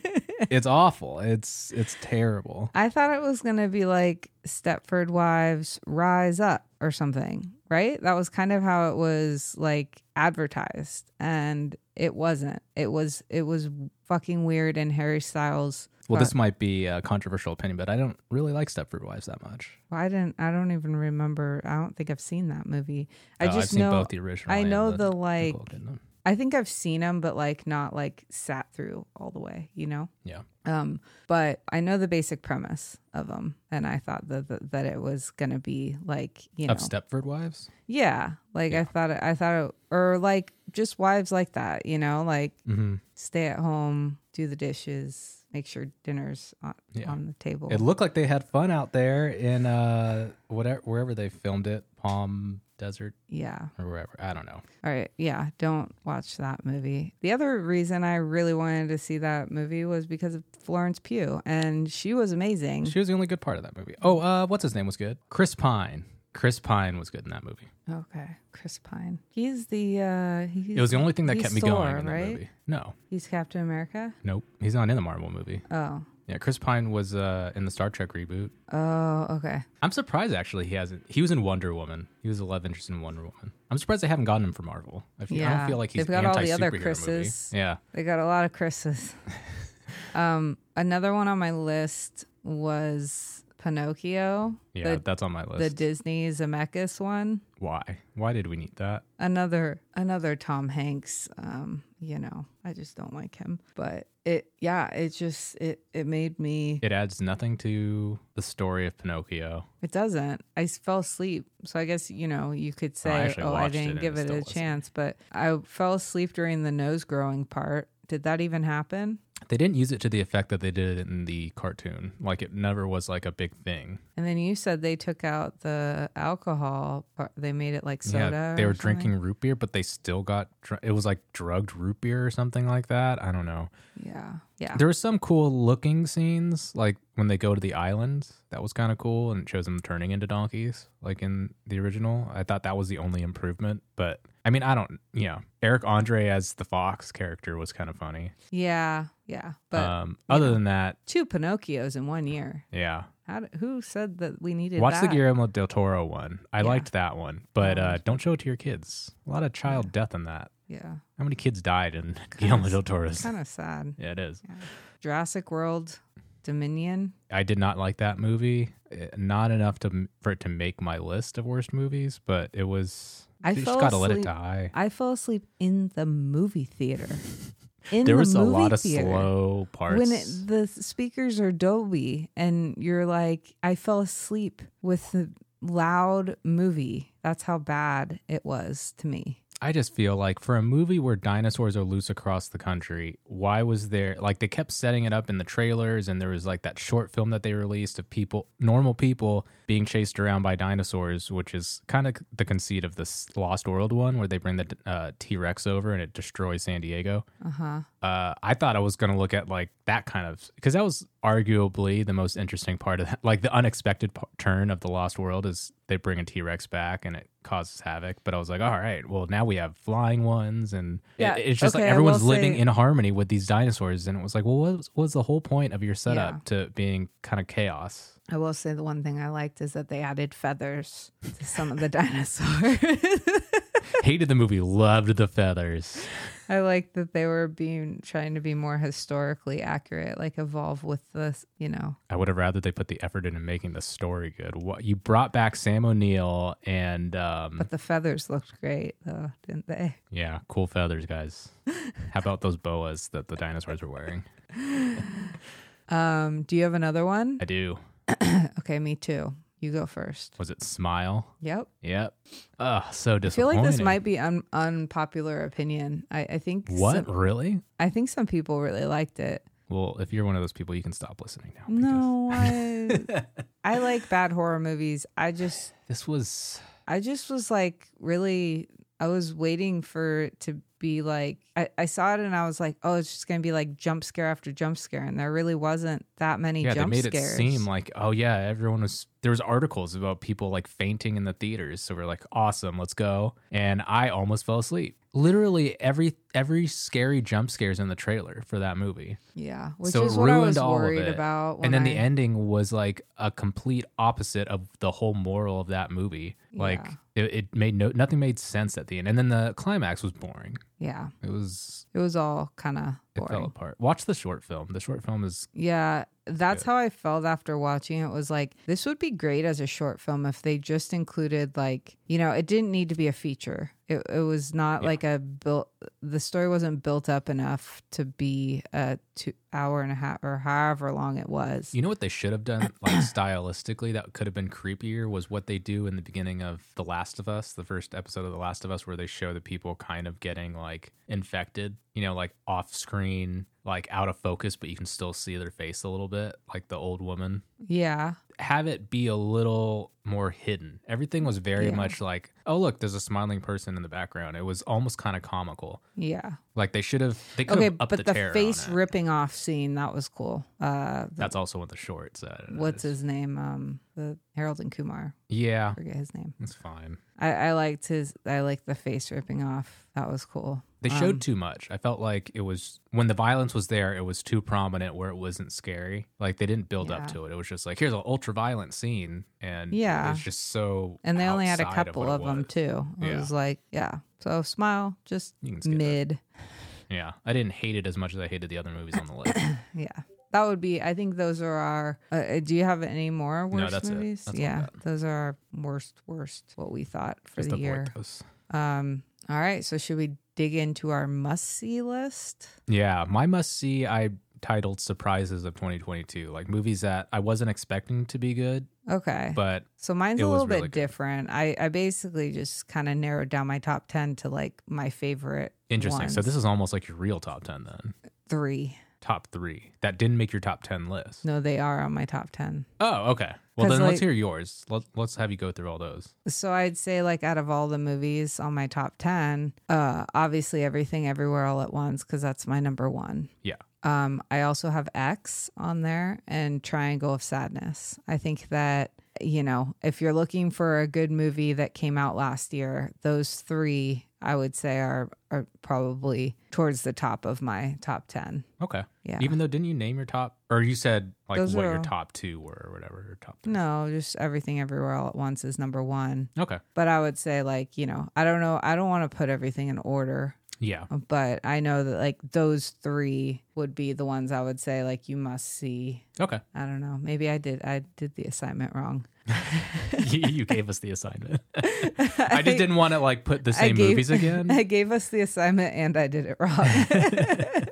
[SPEAKER 1] it's awful. It's it's terrible.
[SPEAKER 2] I thought it was gonna be like Stepford Wives Rise Up or something, right? That was kind of how it was like advertised, and it wasn't. It was it was fucking weird. And Harry Styles.
[SPEAKER 1] Well, this might be a controversial opinion, but I don't really like Stepford Wives that much.
[SPEAKER 2] Well, I didn't. I don't even remember. I don't think I've seen that movie. I
[SPEAKER 1] Uh,
[SPEAKER 2] just
[SPEAKER 1] I've seen
[SPEAKER 2] know.
[SPEAKER 1] both the original.
[SPEAKER 2] I
[SPEAKER 1] and
[SPEAKER 2] know the, like.
[SPEAKER 1] sequel, didn't I?
[SPEAKER 2] I think I've seen them, but like not like sat through all the way. You know.
[SPEAKER 1] Yeah.
[SPEAKER 2] Um, but I know the basic premise of them, and I thought that that, that it was gonna be like you know,
[SPEAKER 1] Of Stepford Wives,
[SPEAKER 2] yeah, like I thought it, I thought it, or like just wives like that, you know, like
[SPEAKER 1] mm-hmm.
[SPEAKER 2] stay at home, do the dishes, make sure dinner's on,
[SPEAKER 1] Yeah.
[SPEAKER 2] on the table.
[SPEAKER 1] it looked like they had fun out there in uh whatever wherever they filmed it, Palm Desert
[SPEAKER 2] yeah.
[SPEAKER 1] or wherever. I don't know.
[SPEAKER 2] All right. Yeah. Don't watch that movie. The other reason I really wanted to see that movie was because of Florence Pugh, and she was amazing.
[SPEAKER 1] She was the only good part of that movie. Oh, uh, what's his name was good? Chris Pine. Chris Pine was good in that movie.
[SPEAKER 2] okay. Chris Pine. He's the, uh, he's,
[SPEAKER 1] It was the only thing that
[SPEAKER 2] he's
[SPEAKER 1] kept me
[SPEAKER 2] Thor,
[SPEAKER 1] going in that
[SPEAKER 2] right?
[SPEAKER 1] movie. No,
[SPEAKER 2] he's Captain America.
[SPEAKER 1] nope, he's not in the Marvel movie.
[SPEAKER 2] Oh.
[SPEAKER 1] Yeah, Chris Pine was uh, in the Star Trek reboot.
[SPEAKER 2] Oh, okay.
[SPEAKER 1] I'm surprised actually he hasn't. He was in Wonder Woman. He was a love interest in Wonder Woman. I'm surprised they haven't gotten him for Marvel. I, feel, I don't
[SPEAKER 2] Yeah.
[SPEAKER 1] feel like he's
[SPEAKER 2] They've got all the
[SPEAKER 1] anti
[SPEAKER 2] other
[SPEAKER 1] superhero movie.
[SPEAKER 2] Chris's.
[SPEAKER 1] Yeah,
[SPEAKER 2] They got a lot
[SPEAKER 1] (laughs)
[SPEAKER 2] of Chris's. um, another one on my list was Pinocchio,
[SPEAKER 1] yeah,
[SPEAKER 2] the,
[SPEAKER 1] that's on my
[SPEAKER 2] the
[SPEAKER 1] list.
[SPEAKER 2] Disney Zemeckis one.
[SPEAKER 1] Why? Why did we need that?
[SPEAKER 2] another another Tom Hanks. Um, you know, I just don't like him. But it, yeah, it just it it made me. It,
[SPEAKER 1] It adds nothing to the story of Pinocchio.
[SPEAKER 2] doesn't. I s- fell asleep, so I guess you know you could say,
[SPEAKER 1] actually
[SPEAKER 2] oh, I
[SPEAKER 1] watched it
[SPEAKER 2] didn't
[SPEAKER 1] and
[SPEAKER 2] give
[SPEAKER 1] it
[SPEAKER 2] it
[SPEAKER 1] still
[SPEAKER 2] a
[SPEAKER 1] wasn't.
[SPEAKER 2] chance. But I fell asleep during the nose growing part. Did that even happen?
[SPEAKER 1] They didn't use it to the effect that they did it in the cartoon. Like it never was like a big thing.
[SPEAKER 2] And then you said they took out the alcohol. Part. They made it like soda.
[SPEAKER 1] yeah, they
[SPEAKER 2] or
[SPEAKER 1] were
[SPEAKER 2] something?
[SPEAKER 1] drinking root beer, but they still got dr- it was like drugged root beer or something like that. I don't know.
[SPEAKER 2] Yeah, yeah.
[SPEAKER 1] There were some cool looking scenes, like when they go to the island. That was kind of cool, and it shows them turning into donkeys, like in the original. I thought that was the only improvement, but I mean, I don't. You know, Eric Andre as the fox character was kind of funny.
[SPEAKER 2] yeah, yeah. But
[SPEAKER 1] um, other than that,
[SPEAKER 2] two Pinocchios in one year.
[SPEAKER 1] yeah.
[SPEAKER 2] How, d- who said that we needed?
[SPEAKER 1] Watch the
[SPEAKER 2] that?
[SPEAKER 1] Guillermo del Toro one. I
[SPEAKER 2] Yeah.
[SPEAKER 1] liked that one, but
[SPEAKER 2] That
[SPEAKER 1] uh,
[SPEAKER 2] one's
[SPEAKER 1] don't show it to your kids. A lot of child death in that.
[SPEAKER 2] Yeah.
[SPEAKER 1] How many kids died in Guillermo del Toro's?
[SPEAKER 2] kind of sad.
[SPEAKER 1] Yeah, it is.
[SPEAKER 2] Jurassic World Dominion.
[SPEAKER 1] I did not like that movie. Eh, Not enough to for it to make my list of worst movies, but it was.
[SPEAKER 2] I
[SPEAKER 1] you just
[SPEAKER 2] fell
[SPEAKER 1] gotta let it
[SPEAKER 2] asleep-
[SPEAKER 1] die.
[SPEAKER 2] I fell asleep in the movie theater.
[SPEAKER 1] (laughs)
[SPEAKER 2] In
[SPEAKER 1] there
[SPEAKER 2] the
[SPEAKER 1] was a
[SPEAKER 2] movie
[SPEAKER 1] lot of
[SPEAKER 2] theater.
[SPEAKER 1] slow parts.
[SPEAKER 2] When it, the speakers are Dolby and you're like, I fell asleep with the loud movie. That's how bad it was to me.
[SPEAKER 1] I just feel like for a movie where dinosaurs are loose across the country, why was there like they kept setting it up in the trailers and there was like that short film that they released of people, normal people being chased around by dinosaurs, which is kind of the conceit of this Lost World one where they bring the uh, T-Rex over and it destroys San Diego.
[SPEAKER 2] Uh huh.
[SPEAKER 1] Uh, I thought I was going to look at like that kind of because that was arguably the most interesting part of that. Like the unexpected p- turn of the Lost World is they bring a T Rex back and it causes havoc. But I was like, all right, well now we have flying ones, and it-
[SPEAKER 2] Yeah,
[SPEAKER 1] it's just
[SPEAKER 2] okay,
[SPEAKER 1] like
[SPEAKER 2] I
[SPEAKER 1] everyone's
[SPEAKER 2] will
[SPEAKER 1] living
[SPEAKER 2] say-
[SPEAKER 1] in harmony with these dinosaurs. And it was like, well, what was, what was the whole point of your setup to being kind of chaos? (laughs)
[SPEAKER 2] I will say the one thing I liked is that they added feathers to some of the (laughs) dinosaurs.
[SPEAKER 1] Hated the movie, loved the feathers.
[SPEAKER 2] I like that they were being trying to be more historically accurate, like evolve with the, you know,
[SPEAKER 1] I would have rather they put the effort into making the story good. What you brought back Sam O'Neill and um,
[SPEAKER 2] but the feathers looked great though, didn't they?
[SPEAKER 1] Yeah, cool feathers, guys. How about those boas that the dinosaurs were wearing?
[SPEAKER 2] Um, do you have another one?
[SPEAKER 1] I do.
[SPEAKER 2] Okay, me too. You go first.
[SPEAKER 1] Was it smile?
[SPEAKER 2] Yep.
[SPEAKER 1] Yep. Ugh, so
[SPEAKER 2] I feel
[SPEAKER 1] disappointing.
[SPEAKER 2] like this might be un- unpopular opinion. I, I think
[SPEAKER 1] What
[SPEAKER 2] some-
[SPEAKER 1] really?
[SPEAKER 2] I think some people really liked it.
[SPEAKER 1] Well, if you're one of those people, you can stop listening now. because
[SPEAKER 2] No, I
[SPEAKER 1] (laughs)
[SPEAKER 2] I like bad horror movies. I just
[SPEAKER 1] This was
[SPEAKER 2] I just was like really I was waiting for it to be like I, I saw it and I was like, oh, it's just gonna be like jump scare after jump scare and there really wasn't that many
[SPEAKER 1] yeah. They
[SPEAKER 2] jump
[SPEAKER 1] made
[SPEAKER 2] scares.
[SPEAKER 1] it seem like oh yeah, everyone was there was articles about people like fainting in the theaters. So we're like awesome, let's go. And I almost fell asleep. Literally every every scary jump scares in the trailer for that movie.
[SPEAKER 2] yeah, which
[SPEAKER 1] so it
[SPEAKER 2] is what I
[SPEAKER 1] ruined
[SPEAKER 2] was
[SPEAKER 1] all of
[SPEAKER 2] worried
[SPEAKER 1] it.
[SPEAKER 2] about.
[SPEAKER 1] and then
[SPEAKER 2] when
[SPEAKER 1] the
[SPEAKER 2] I-
[SPEAKER 1] ending was like a complete opposite of the whole moral of that movie. Like it, it made no nothing made sense at the end, and then the climax was boring.
[SPEAKER 2] yeah,
[SPEAKER 1] It was
[SPEAKER 2] it was all kind of
[SPEAKER 1] it fell
[SPEAKER 2] boring.
[SPEAKER 1] apart. Watch the short film. The short film is
[SPEAKER 2] Yeah, that's how I felt after watching it. Was like this would be great as a short film if they just included like you know it didn't need to be a feature. It it was not
[SPEAKER 1] Yeah.
[SPEAKER 2] like a built. The story wasn't built up enough to be a two hour and a half or however long it was.
[SPEAKER 1] you know what they should have done like stylistically that could have been creepier was what they do in the beginning of The Last of Us, the first episode of The Last of Us where they show the people kind of getting like infected, you know, like off screen, like out of focus, but you can still see their face a little bit, like the old woman.
[SPEAKER 2] Yeah,
[SPEAKER 1] have it be a little more hidden. Everything was very
[SPEAKER 2] Yeah.
[SPEAKER 1] much like, oh look, there's a smiling person in the background. It was almost kind of comical.
[SPEAKER 2] yeah.
[SPEAKER 1] Like they should have they could
[SPEAKER 2] Okay,
[SPEAKER 1] have upped
[SPEAKER 2] but
[SPEAKER 1] the,
[SPEAKER 2] the,
[SPEAKER 1] terror on
[SPEAKER 2] face
[SPEAKER 1] it.
[SPEAKER 2] ripping off scene that was cool. Uh, the-
[SPEAKER 1] That's also what the short said.
[SPEAKER 2] what's his name? Um, the Harold and Kumar.
[SPEAKER 1] Yeah,
[SPEAKER 2] Forget his name.
[SPEAKER 1] it's fine.
[SPEAKER 2] I, I liked his. I liked the face ripping off. That was cool.
[SPEAKER 1] They showed
[SPEAKER 2] Um,
[SPEAKER 1] too much. I felt like it was when the violence was there, it was too prominent where it wasn't scary. Like they didn't build
[SPEAKER 2] Yeah.
[SPEAKER 1] up to it. It was just like here's an ultra violent scene, and
[SPEAKER 2] Yeah.
[SPEAKER 1] it was just so.
[SPEAKER 2] and they only had a
[SPEAKER 1] outside
[SPEAKER 2] couple
[SPEAKER 1] what it
[SPEAKER 2] of, them
[SPEAKER 1] was.
[SPEAKER 2] too. It
[SPEAKER 1] Yeah.
[SPEAKER 2] was like, yeah. So smile, just
[SPEAKER 1] You can skip it.
[SPEAKER 2] mid.
[SPEAKER 1] Yeah, I didn't hate it as much as I hated the other movies on the list.
[SPEAKER 2] Yeah, that would be. I think those are our. Uh, uh, do you have any more worst
[SPEAKER 1] that's it.
[SPEAKER 2] movies?
[SPEAKER 1] That's all I
[SPEAKER 2] yeah,
[SPEAKER 1] got.
[SPEAKER 2] those are our worst, worst. What we thought for
[SPEAKER 1] Just
[SPEAKER 2] the
[SPEAKER 1] avoid
[SPEAKER 2] year.
[SPEAKER 1] those.
[SPEAKER 2] Um. All right. So should we dig into our must see list?
[SPEAKER 1] Yeah, my must see I titled surprises of 2022, like movies that I wasn't expecting to be good,
[SPEAKER 2] Okay. (laughs)
[SPEAKER 1] but
[SPEAKER 2] so mine's
[SPEAKER 1] it
[SPEAKER 2] a
[SPEAKER 1] was
[SPEAKER 2] little
[SPEAKER 1] really
[SPEAKER 2] bit
[SPEAKER 1] good.
[SPEAKER 2] different. I I basically just kind of narrowed down my top ten to like my favorite.
[SPEAKER 1] interesting. So
[SPEAKER 2] ones.
[SPEAKER 1] this is almost like your real top 10 then.
[SPEAKER 2] three.
[SPEAKER 1] Top 3 that didn't make your top 10 list.
[SPEAKER 2] No, they are on my top ten.
[SPEAKER 1] Oh, okay. Well
[SPEAKER 2] 'Cause,
[SPEAKER 1] then let's
[SPEAKER 2] like-
[SPEAKER 1] hear yours. Let, let's have you go through all those.
[SPEAKER 2] So I'd say like out of all the movies on my top 10, uh obviously everything everywhere all at once cuz that's my number 1.
[SPEAKER 1] Yeah.
[SPEAKER 2] Um I also have X on there and Triangle of Sadness. I think that you know, if you're looking for a good movie that came out last year, those 3 I would say are are probably towards the top of my top 10.
[SPEAKER 1] Okay.
[SPEAKER 2] Yeah.
[SPEAKER 1] Even though didn't you name your top or you said like
[SPEAKER 2] Those
[SPEAKER 1] what
[SPEAKER 2] are
[SPEAKER 1] your
[SPEAKER 2] all-
[SPEAKER 1] top 2 were or whatever, or top 3.
[SPEAKER 2] no, just everything everywhere all at once is number 1.
[SPEAKER 1] Okay.
[SPEAKER 2] But I would say like, you know, I don't know, I don't want to put everything in order.
[SPEAKER 1] Yeah.
[SPEAKER 2] but I know that like those three would be the ones I would say like you must see. (laughs)
[SPEAKER 1] Okay. (laughs)
[SPEAKER 2] I don't know. Maybe I did. I did the assignment wrong.
[SPEAKER 1] you, you gave us the
[SPEAKER 2] (laughs)
[SPEAKER 1] assignment. I just didn't want to like put the
[SPEAKER 2] (laughs)
[SPEAKER 1] same movies again. (laughs)
[SPEAKER 2] I gave us the assignment and I did it wrong.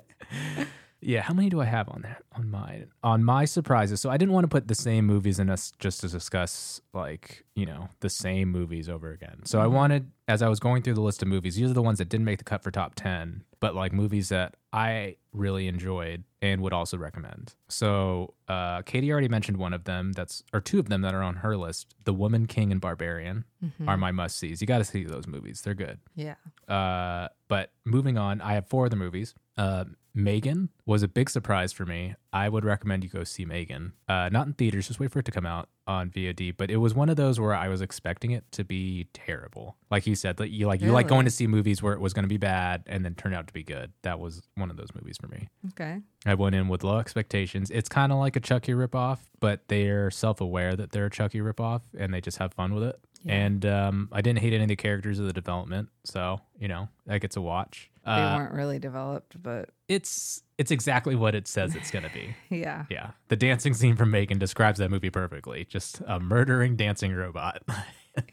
[SPEAKER 1] Yeah, how many do I have on that on mine on my surprises? So I didn't want to put the same movies in us just to discuss like you know the same movies over again. So I wanted as I was going through the list of movies, these are the ones that didn't make the cut for top ten, but like movies that I really enjoyed and would also recommend. So uh, Katie already mentioned one of them that's or two of them that are on her list. The Woman King and Barbarian
[SPEAKER 2] Mhm.
[SPEAKER 1] are my must sees. You got to see those movies; they're good.
[SPEAKER 2] Yeah.
[SPEAKER 1] Uh, but moving on, I have four other movies. Uh, Megan was a big surprise for me. I would recommend you go see Megan. Uh, not in theaters, just wait for it to come out on VOD. But it was one of those where I was expecting it to be terrible. Like you said, that you like you like
[SPEAKER 2] Really?
[SPEAKER 1] going to see movies where it was going to be bad and then turned out to be good. That was one of those movies for me.
[SPEAKER 2] Okay.
[SPEAKER 1] I went in with low expectations. It's kind of like a Chucky ripoff, but they're self aware that they're a Chucky ripoff and they just have fun with it.
[SPEAKER 2] Yeah.
[SPEAKER 1] And um, I didn't hate any of the characters of the development. So, you know, that gets a watch.
[SPEAKER 2] They
[SPEAKER 1] Uh,
[SPEAKER 2] weren't really developed, but
[SPEAKER 1] it's it's exactly what it says it's going to
[SPEAKER 2] (laughs)
[SPEAKER 1] be.
[SPEAKER 2] yeah.
[SPEAKER 1] Yeah. The dancing scene from Megan describes that movie perfectly. Just a murdering dancing robot. (laughs)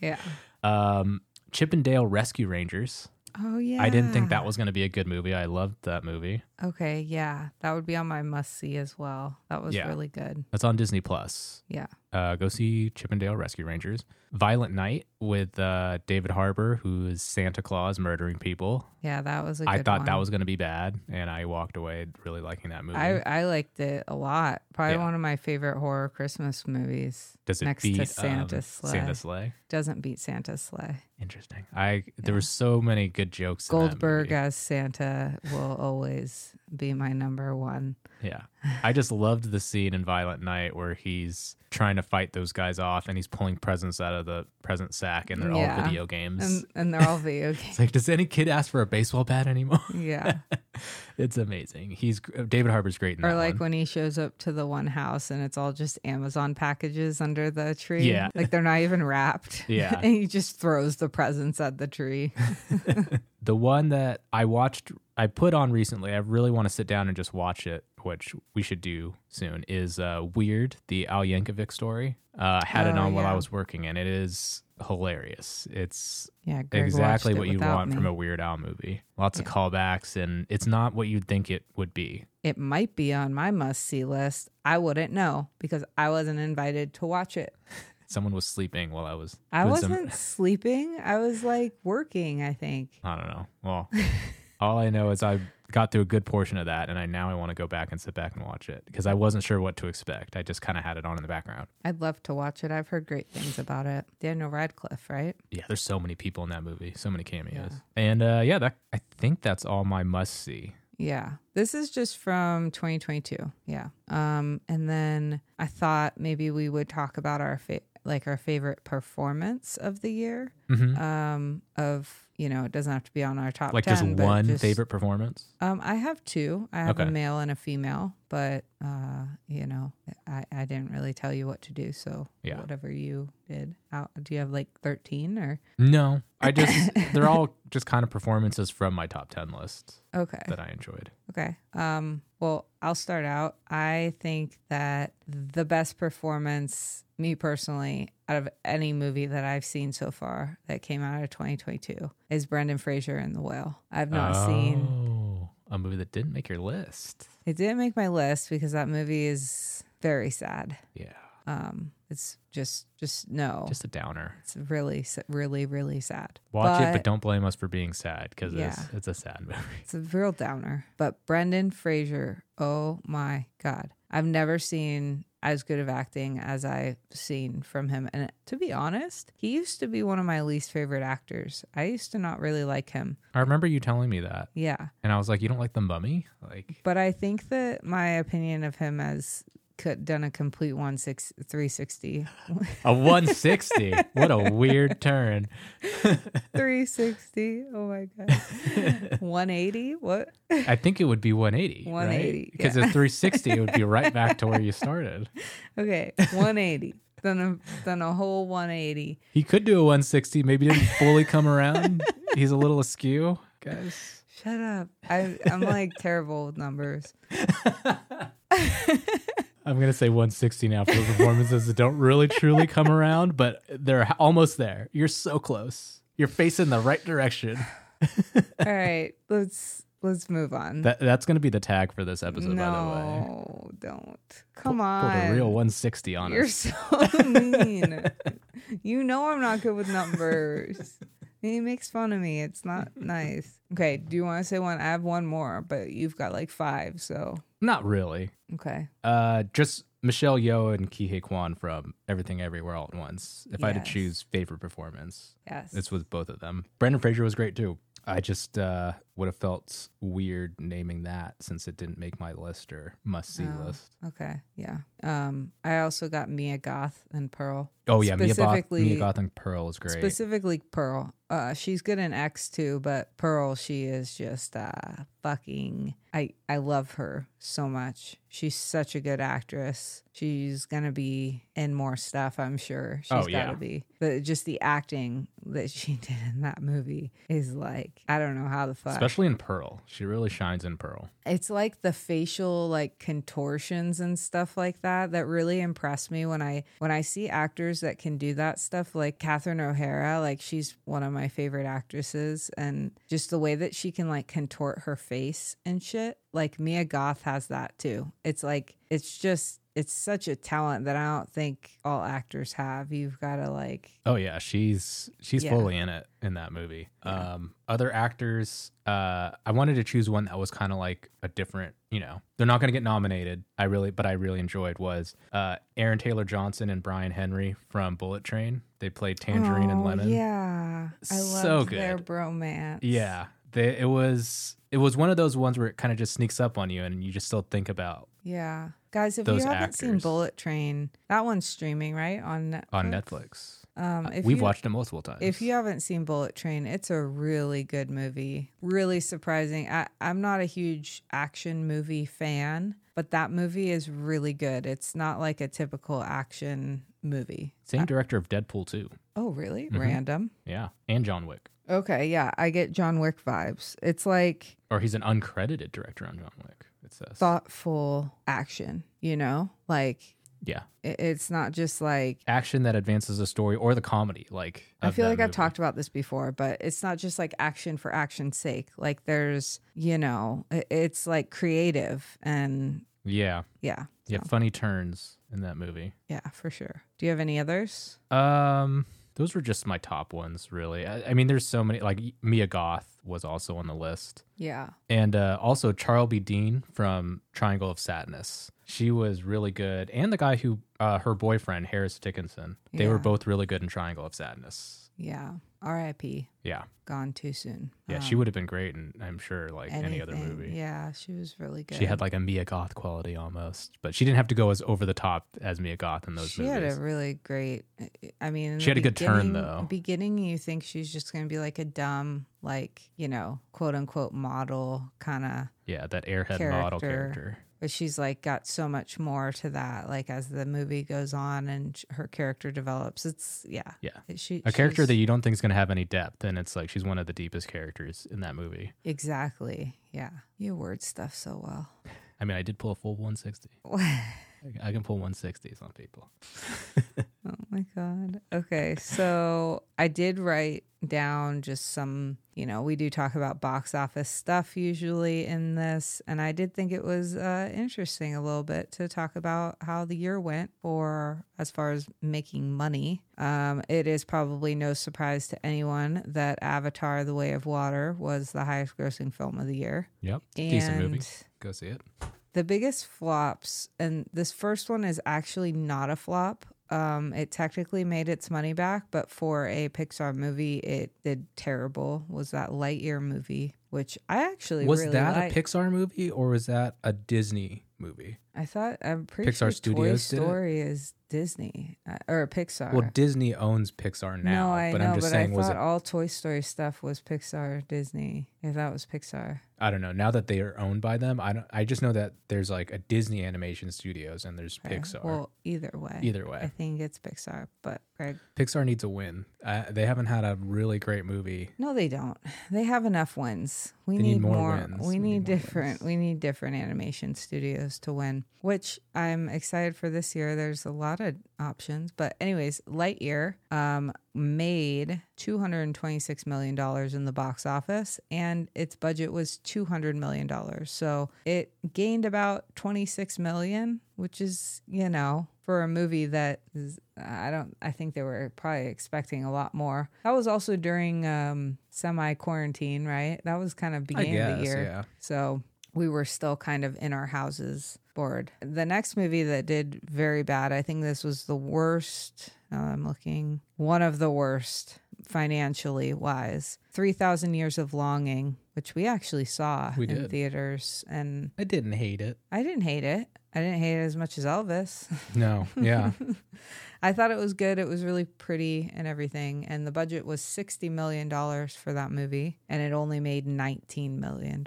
[SPEAKER 2] Yeah.
[SPEAKER 1] um, Chippendale Rescue Rangers.
[SPEAKER 2] Oh yeah.
[SPEAKER 1] I didn't think that was going to be a good movie. I loved that movie.
[SPEAKER 2] Okay, yeah. That would be on my must see as well. That was
[SPEAKER 1] Yeah.
[SPEAKER 2] really good.
[SPEAKER 1] That's on Disney Plus.
[SPEAKER 2] Yeah.
[SPEAKER 1] uh, go see Chippendale Rescue Rangers. Violent Night with uh, David Harbour, who is Santa Claus murdering people.
[SPEAKER 2] Yeah, that was a good
[SPEAKER 1] I thought that
[SPEAKER 2] one.
[SPEAKER 1] was going to be bad, and I walked away really liking that movie.
[SPEAKER 2] I, I liked it a lot. Probably
[SPEAKER 1] Yeah.
[SPEAKER 2] one of my favorite horror Christmas movies.
[SPEAKER 1] Does it
[SPEAKER 2] next to
[SPEAKER 1] beat
[SPEAKER 2] Santa's
[SPEAKER 1] um,
[SPEAKER 2] Sleigh.
[SPEAKER 1] Santa's Sleigh?
[SPEAKER 2] Doesn't beat Santa's sleigh.
[SPEAKER 1] Interesting. I there were so many good jokes. in that
[SPEAKER 2] Goldberg uh,
[SPEAKER 1] movie.
[SPEAKER 2] as Santa will always be my number one.
[SPEAKER 1] Yeah, I just loved the scene in Violent Night where he's trying to fight those guys off, and he's pulling presents out of the present sack, and they're all
[SPEAKER 2] Yeah.
[SPEAKER 1] video games.
[SPEAKER 2] And and they're all
[SPEAKER 1] (laughs)
[SPEAKER 2] video games.
[SPEAKER 1] it's like, does any kid ask for a baseball bat anymore?
[SPEAKER 2] Yeah.
[SPEAKER 1] it's amazing. He's David Harbour's great. In
[SPEAKER 2] Or
[SPEAKER 1] that
[SPEAKER 2] like
[SPEAKER 1] one.
[SPEAKER 2] when he shows up to the one house and it's all just Amazon packages under the tree.
[SPEAKER 1] Yeah.
[SPEAKER 2] Like they're not even wrapped.
[SPEAKER 1] (laughs) Yeah.
[SPEAKER 2] and he just throws the presents at the tree.
[SPEAKER 1] the one that I watched, I put on recently. I really want to sit down and just watch it, which we should do soon. Is uh, Weird, the Al Yankovic story. Uh, I had it
[SPEAKER 2] Oh,
[SPEAKER 1] on while I
[SPEAKER 2] yeah.
[SPEAKER 1] was working, and it is hilarious. It's
[SPEAKER 2] Yeah, Greg
[SPEAKER 1] exactly
[SPEAKER 2] watched it
[SPEAKER 1] what you'd
[SPEAKER 2] without
[SPEAKER 1] want
[SPEAKER 2] me.
[SPEAKER 1] from a Weird Al movie. Lots of callbacks, and it's not what you'd think it would be.
[SPEAKER 2] It might be on my must see list. I wouldn't know because I wasn't invited to watch it.
[SPEAKER 1] Someone was sleeping while I was.
[SPEAKER 2] I
[SPEAKER 1] doing some-
[SPEAKER 2] wasn't sleeping. I was like working, I think.
[SPEAKER 1] I don't know. Well, (laughs) all I know is I got through a good portion of that, and I now I want to go back and sit back and watch it because I wasn't sure what to expect. I just kind of had it on in the background.
[SPEAKER 2] I'd love to watch it. I've heard great things about it. Daniel Radcliffe, right?
[SPEAKER 1] Yeah, there's so many people in that movie, so many cameos, and uh, yeah, that I think that's all my must see.
[SPEAKER 2] Yeah. This is just from 2022. Yeah. Um and then I thought maybe we would talk about our fa- like our favorite performance of the year.
[SPEAKER 1] Mhm.
[SPEAKER 2] Um of, you know, it doesn't have to be on our top
[SPEAKER 1] Like
[SPEAKER 2] 10,
[SPEAKER 1] just
[SPEAKER 2] but
[SPEAKER 1] one
[SPEAKER 2] just-
[SPEAKER 1] favorite performance.
[SPEAKER 2] Um I have two. I have
[SPEAKER 1] Okay.
[SPEAKER 2] a male and a female, but uh, you know, I I didn't really tell you what to do, so
[SPEAKER 1] Yeah.
[SPEAKER 2] whatever you did. Out, do you have like 13 or
[SPEAKER 1] No, I
[SPEAKER 2] (laughs)
[SPEAKER 1] just they're all just kind of performances from my top ten list
[SPEAKER 2] Okay.
[SPEAKER 1] that I enjoyed.
[SPEAKER 2] Okay. Um, well, I'll start out. I think that the best performance, me personally, out of any movie that I've seen so far that came out of 2022 is Brendan Fraser in The Whale. I've not seen.
[SPEAKER 1] Oh, a movie that didn't make your list.
[SPEAKER 2] It didn't make my list because that movie is very sad.
[SPEAKER 1] Yeah,
[SPEAKER 2] Um, it's just, just no.
[SPEAKER 1] just a downer.
[SPEAKER 2] it's really, s- really, really sad.
[SPEAKER 1] Watch it, but don't blame us for being sad because
[SPEAKER 2] Yeah.
[SPEAKER 1] it's, it's a sad (laughs) movie.
[SPEAKER 2] It's a real downer. But Brendan Fraser, oh my God. I've never seen as good of acting as I've seen from him. And to be honest, he used to be one of my least favorite actors. I used to not really like him.
[SPEAKER 1] I remember you telling me that,
[SPEAKER 2] Yeah.
[SPEAKER 1] and I was like, "You don't like the Mummy?" Like,
[SPEAKER 2] But I think that my opinion of him has could done a complete 160 (laughs) 360
[SPEAKER 1] A 160. what a weird turn.
[SPEAKER 2] 360 oh my
[SPEAKER 1] (laughs)
[SPEAKER 2] god 180 what
[SPEAKER 1] I think it would be 180.
[SPEAKER 2] 180,
[SPEAKER 1] Because
[SPEAKER 2] yeah.
[SPEAKER 1] at 360, it would be right back to where you started.
[SPEAKER 2] okay
[SPEAKER 1] (laughs)
[SPEAKER 2] 180 done a done a whole 180
[SPEAKER 1] He could do a 160, maybe didn't fully come around. He's a little askew, guys.
[SPEAKER 2] Shut up. I, I'm
[SPEAKER 1] (laughs)
[SPEAKER 2] like terrible with numbers.
[SPEAKER 1] I'm going to say 160 now for the performances that don't really truly come around, but they're h- almost there. You're so close. You're facing the right direction.
[SPEAKER 2] All right. Let's. let's move on.
[SPEAKER 1] That that's gonna be the tag for this episode, by the way.
[SPEAKER 2] Mm-hmm. no, don't. Come
[SPEAKER 1] Pulled
[SPEAKER 2] on.
[SPEAKER 1] a real 160 on
[SPEAKER 2] You're
[SPEAKER 1] us.
[SPEAKER 2] so
[SPEAKER 1] (laughs)
[SPEAKER 2] mean. you know I'm not good with numbers. He makes fun of me. It's not nice. Okay, do you want to say one? I have one more, but you've got like five, so
[SPEAKER 1] Not really.
[SPEAKER 2] okay.
[SPEAKER 1] Uh, just Michelle Yeoh and Kihei Kwan from Everything Everywhere All at Once. If I had to
[SPEAKER 2] Yes.
[SPEAKER 1] choose favorite performance,
[SPEAKER 2] Yes.
[SPEAKER 1] it's with both of them. Brandon Fraser was great too. I just uh, would have felt weird naming that since it didn't make my list or must see
[SPEAKER 2] Oh.
[SPEAKER 1] list.
[SPEAKER 2] okay. Yeah. Um I also got Mia Goth and Pearl.
[SPEAKER 1] Oh yeah, Mia, Goth- Mia
[SPEAKER 2] Specifically-
[SPEAKER 1] Goth and Pearl is great.
[SPEAKER 2] Specifically Pearl. Uh she's good in X too, but Pearl she is just uh fucking I I love her so much. She's such a good actress. She's going to be in more stuff, I'm sure. She's
[SPEAKER 1] Oh,
[SPEAKER 2] got
[SPEAKER 1] yeah.
[SPEAKER 2] to be. The just the acting that she (laughs) did in that movie is like I don't know how the fuck.
[SPEAKER 1] Especially in Pearl, she really shines in Pearl.
[SPEAKER 2] It's like the facial like contortions and stuff like that that really impressed me when I when I see actors that can do that stuff like Catherine O'Hara like she's one of my favorite actresses and just the way that she can like contort her face and shit like Mia Goth has that too. It's like it's just it's such a talent that I don't think all actors have. You've got to like
[SPEAKER 1] Oh yeah, she's she's
[SPEAKER 2] Yeah.
[SPEAKER 1] fully in it in that movie.
[SPEAKER 2] Yeah.
[SPEAKER 1] Um, other actors, uh, I wanted to choose one that was kind of like a different, you know, they're not going to get nominated. I really, but I really enjoyed was uh, Aaron Taylor Johnson and Brian Henry from Bullet Train. They played Tangerine and
[SPEAKER 2] Oh,
[SPEAKER 1] Lemon.
[SPEAKER 2] Yeah, I love
[SPEAKER 1] So
[SPEAKER 2] their
[SPEAKER 1] good.
[SPEAKER 2] bromance.
[SPEAKER 1] yeah. They, it was it was one of those ones where it kind of just sneaks up on you, and you just still think about
[SPEAKER 2] Yeah. Guys, if you
[SPEAKER 1] those
[SPEAKER 2] haven't seen
[SPEAKER 1] actors.
[SPEAKER 2] Bullet Train, that one's streaming, right? On Netflix.
[SPEAKER 1] on Netflix. Uh,
[SPEAKER 2] Um, if
[SPEAKER 1] We've
[SPEAKER 2] you,
[SPEAKER 1] watched it multiple times.
[SPEAKER 2] If you haven't seen Bullet Train, it's a really good movie. Really surprising. I, I'm not a huge action movie fan, but that movie is really good. It's not like a typical action movie.
[SPEAKER 1] Same director of Deadpool too.
[SPEAKER 2] Oh, really?
[SPEAKER 1] Mm-hmm.
[SPEAKER 2] Random.
[SPEAKER 1] Yeah, and John Wick.
[SPEAKER 2] Okay, yeah, I get John Wick vibes. It's like
[SPEAKER 1] or he's an uncredited director on John Wick. It says,
[SPEAKER 2] thoughtful action, you know? Like
[SPEAKER 1] yeah,
[SPEAKER 2] it, it's not just like
[SPEAKER 1] action that advances the story or the comedy. Like
[SPEAKER 2] I
[SPEAKER 1] of
[SPEAKER 2] feel
[SPEAKER 1] that
[SPEAKER 2] like I've
[SPEAKER 1] movie.
[SPEAKER 2] talked about this before, but it's not just like action for action's sake. Like there's, you know, i- it's like creative and
[SPEAKER 1] Yeah,
[SPEAKER 2] yeah,
[SPEAKER 1] yeah, funny turns in that movie.
[SPEAKER 2] yeah, for sure. Do you have any others?
[SPEAKER 1] Um, those were just my top ones, really. I, I mean, there's so many. Like Mia Goth was also on the list,
[SPEAKER 2] Yeah.
[SPEAKER 1] and uh, also Charles B. Dean from Triangle of Sadness. She was really good, and the guy who uh, her boyfriend Harris Dickinson. They were
[SPEAKER 2] Yeah.
[SPEAKER 1] both really good in Triangle of Sadness.
[SPEAKER 2] Yeah. R.I.P.
[SPEAKER 1] Yeah,
[SPEAKER 2] Gone too soon.
[SPEAKER 1] yeah, she would have been great, in I'm sure like any other
[SPEAKER 2] Um, anything.
[SPEAKER 1] movie.
[SPEAKER 2] Yeah, she was really good.
[SPEAKER 1] She had like a Mia Goth quality almost, but she didn't have to go as over the top as Mia Goth in those
[SPEAKER 2] she
[SPEAKER 1] movies.
[SPEAKER 2] had a really great. I mean, in
[SPEAKER 1] She
[SPEAKER 2] the
[SPEAKER 1] had a good turn,
[SPEAKER 2] beginning-
[SPEAKER 1] though.
[SPEAKER 2] Beginning, you think she's just going to be like a dumb, like you know, quote unquote model kind of
[SPEAKER 1] yeah, that airhead model character.
[SPEAKER 2] character. but she's like got so much more to that like as the movie goes on and sh- her character develops it's yeah
[SPEAKER 1] Yeah.
[SPEAKER 2] she
[SPEAKER 1] A character
[SPEAKER 2] she's-
[SPEAKER 1] that you don't think is going to have any depth, and it's like she's one of the deepest characters in that movie.
[SPEAKER 2] exactly yeah you word stuff so well
[SPEAKER 1] I mean, I did pull a full
[SPEAKER 2] (laughs)
[SPEAKER 1] 160. I- I can pull 160s on people.
[SPEAKER 2] Oh my God. Okay. So I did write down just some, you know, we do talk about box office stuff usually in this. And I did think it was uh, interesting a little bit to talk about how the year went for as far as making money. Um, it is probably no surprise to anyone that Avatar The Way of Water was the highest grossing film of the year.
[SPEAKER 1] Yep,
[SPEAKER 2] And
[SPEAKER 1] decent movie. Go see it.
[SPEAKER 2] the biggest flops, and this first one is actually not a flop. Um, it technically made its money back, but for a Pixar movie, it did terrible. Was that Lightyear movie, which I actually
[SPEAKER 1] Was
[SPEAKER 2] really
[SPEAKER 1] that
[SPEAKER 2] liked.
[SPEAKER 1] a Pixar movie or was that a Disney movie?
[SPEAKER 2] I thought I'm pretty
[SPEAKER 1] Pixar
[SPEAKER 2] sure
[SPEAKER 1] Studios did
[SPEAKER 2] Toy
[SPEAKER 1] it?
[SPEAKER 2] Story is Disney uh, or Pixar.
[SPEAKER 1] Well, Disney owns Pixar now,
[SPEAKER 2] no, I
[SPEAKER 1] but
[SPEAKER 2] know,
[SPEAKER 1] I'm just
[SPEAKER 2] but
[SPEAKER 1] saying,
[SPEAKER 2] I
[SPEAKER 1] was
[SPEAKER 2] thought
[SPEAKER 1] it?
[SPEAKER 2] all Toy Story stuff was Pixar, or Disney. If that was Pixar,
[SPEAKER 1] I don't know. Now that they are owned by them, I don't. I just know that there's like a Disney Animation Studios and there's
[SPEAKER 2] Okay.
[SPEAKER 1] Pixar.
[SPEAKER 2] Well, either way,
[SPEAKER 1] Either way,
[SPEAKER 2] I think it's Pixar. But Greg,
[SPEAKER 1] Pixar needs a win. Uh, they haven't had a really great movie.
[SPEAKER 2] No, they don't. They have enough wins. We
[SPEAKER 1] They
[SPEAKER 2] need,
[SPEAKER 1] need more
[SPEAKER 2] more.
[SPEAKER 1] wins.
[SPEAKER 2] We,
[SPEAKER 1] We
[SPEAKER 2] need,
[SPEAKER 1] need more
[SPEAKER 2] different.
[SPEAKER 1] wins.
[SPEAKER 2] We need different animation studios to win. um, which I'm excited for this year. There's a lot of options, but anyways, Lightyear um, made 226 million dollars in the box office, and its budget was 200 million dollars. So it gained about 26 million, which is you know for a movie that is, I don't I think they were probably expecting a lot more. That was also during um, semi quarantine, right? That was kind of beginning of the
[SPEAKER 1] guess,
[SPEAKER 2] year.
[SPEAKER 1] yeah.
[SPEAKER 2] So we were still kind of in our houses bored. The next movie that did very bad, I think this was the worst. Now that I'm looking, one of the worst financially wise. 3,000 Years of Longing, which we actually saw
[SPEAKER 1] We
[SPEAKER 2] in
[SPEAKER 1] did.
[SPEAKER 2] theaters. And
[SPEAKER 1] I didn't hate it.
[SPEAKER 2] I didn't hate it. I didn't hate it as much as Elvis.
[SPEAKER 1] No,
[SPEAKER 2] (laughs)
[SPEAKER 1] yeah.
[SPEAKER 2] I thought it was good. It was really pretty and everything. And the budget was $60 million for that movie. And it only made $19 million.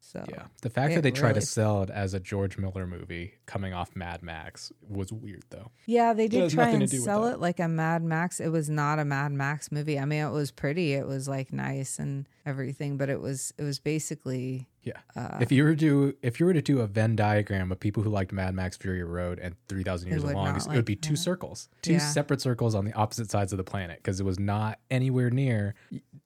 [SPEAKER 2] So.
[SPEAKER 1] Yeah. The fact that
[SPEAKER 2] Oh, It
[SPEAKER 1] they tried
[SPEAKER 2] really-
[SPEAKER 1] to sell it as a George Miller movie coming off Mad Max was weird though.
[SPEAKER 2] Yeah, they did
[SPEAKER 1] has
[SPEAKER 2] try
[SPEAKER 1] nothing to
[SPEAKER 2] and
[SPEAKER 1] do with
[SPEAKER 2] sell
[SPEAKER 1] that.
[SPEAKER 2] it like a Mad Max. It was not a Mad Max movie. I mean, it was pretty. It was like nice and everything, but it was it was basically
[SPEAKER 1] Yeah.
[SPEAKER 2] uh,
[SPEAKER 1] if you were to do, if you were to do a Venn diagram of people who liked Mad Max Fury Road and 3000
[SPEAKER 2] They
[SPEAKER 1] Years of
[SPEAKER 2] would
[SPEAKER 1] Longing,
[SPEAKER 2] not
[SPEAKER 1] it would
[SPEAKER 2] like
[SPEAKER 1] be two
[SPEAKER 2] that.
[SPEAKER 1] circles. Two
[SPEAKER 2] Yeah.
[SPEAKER 1] separate circles on the opposite sides of the planet because it was not anywhere near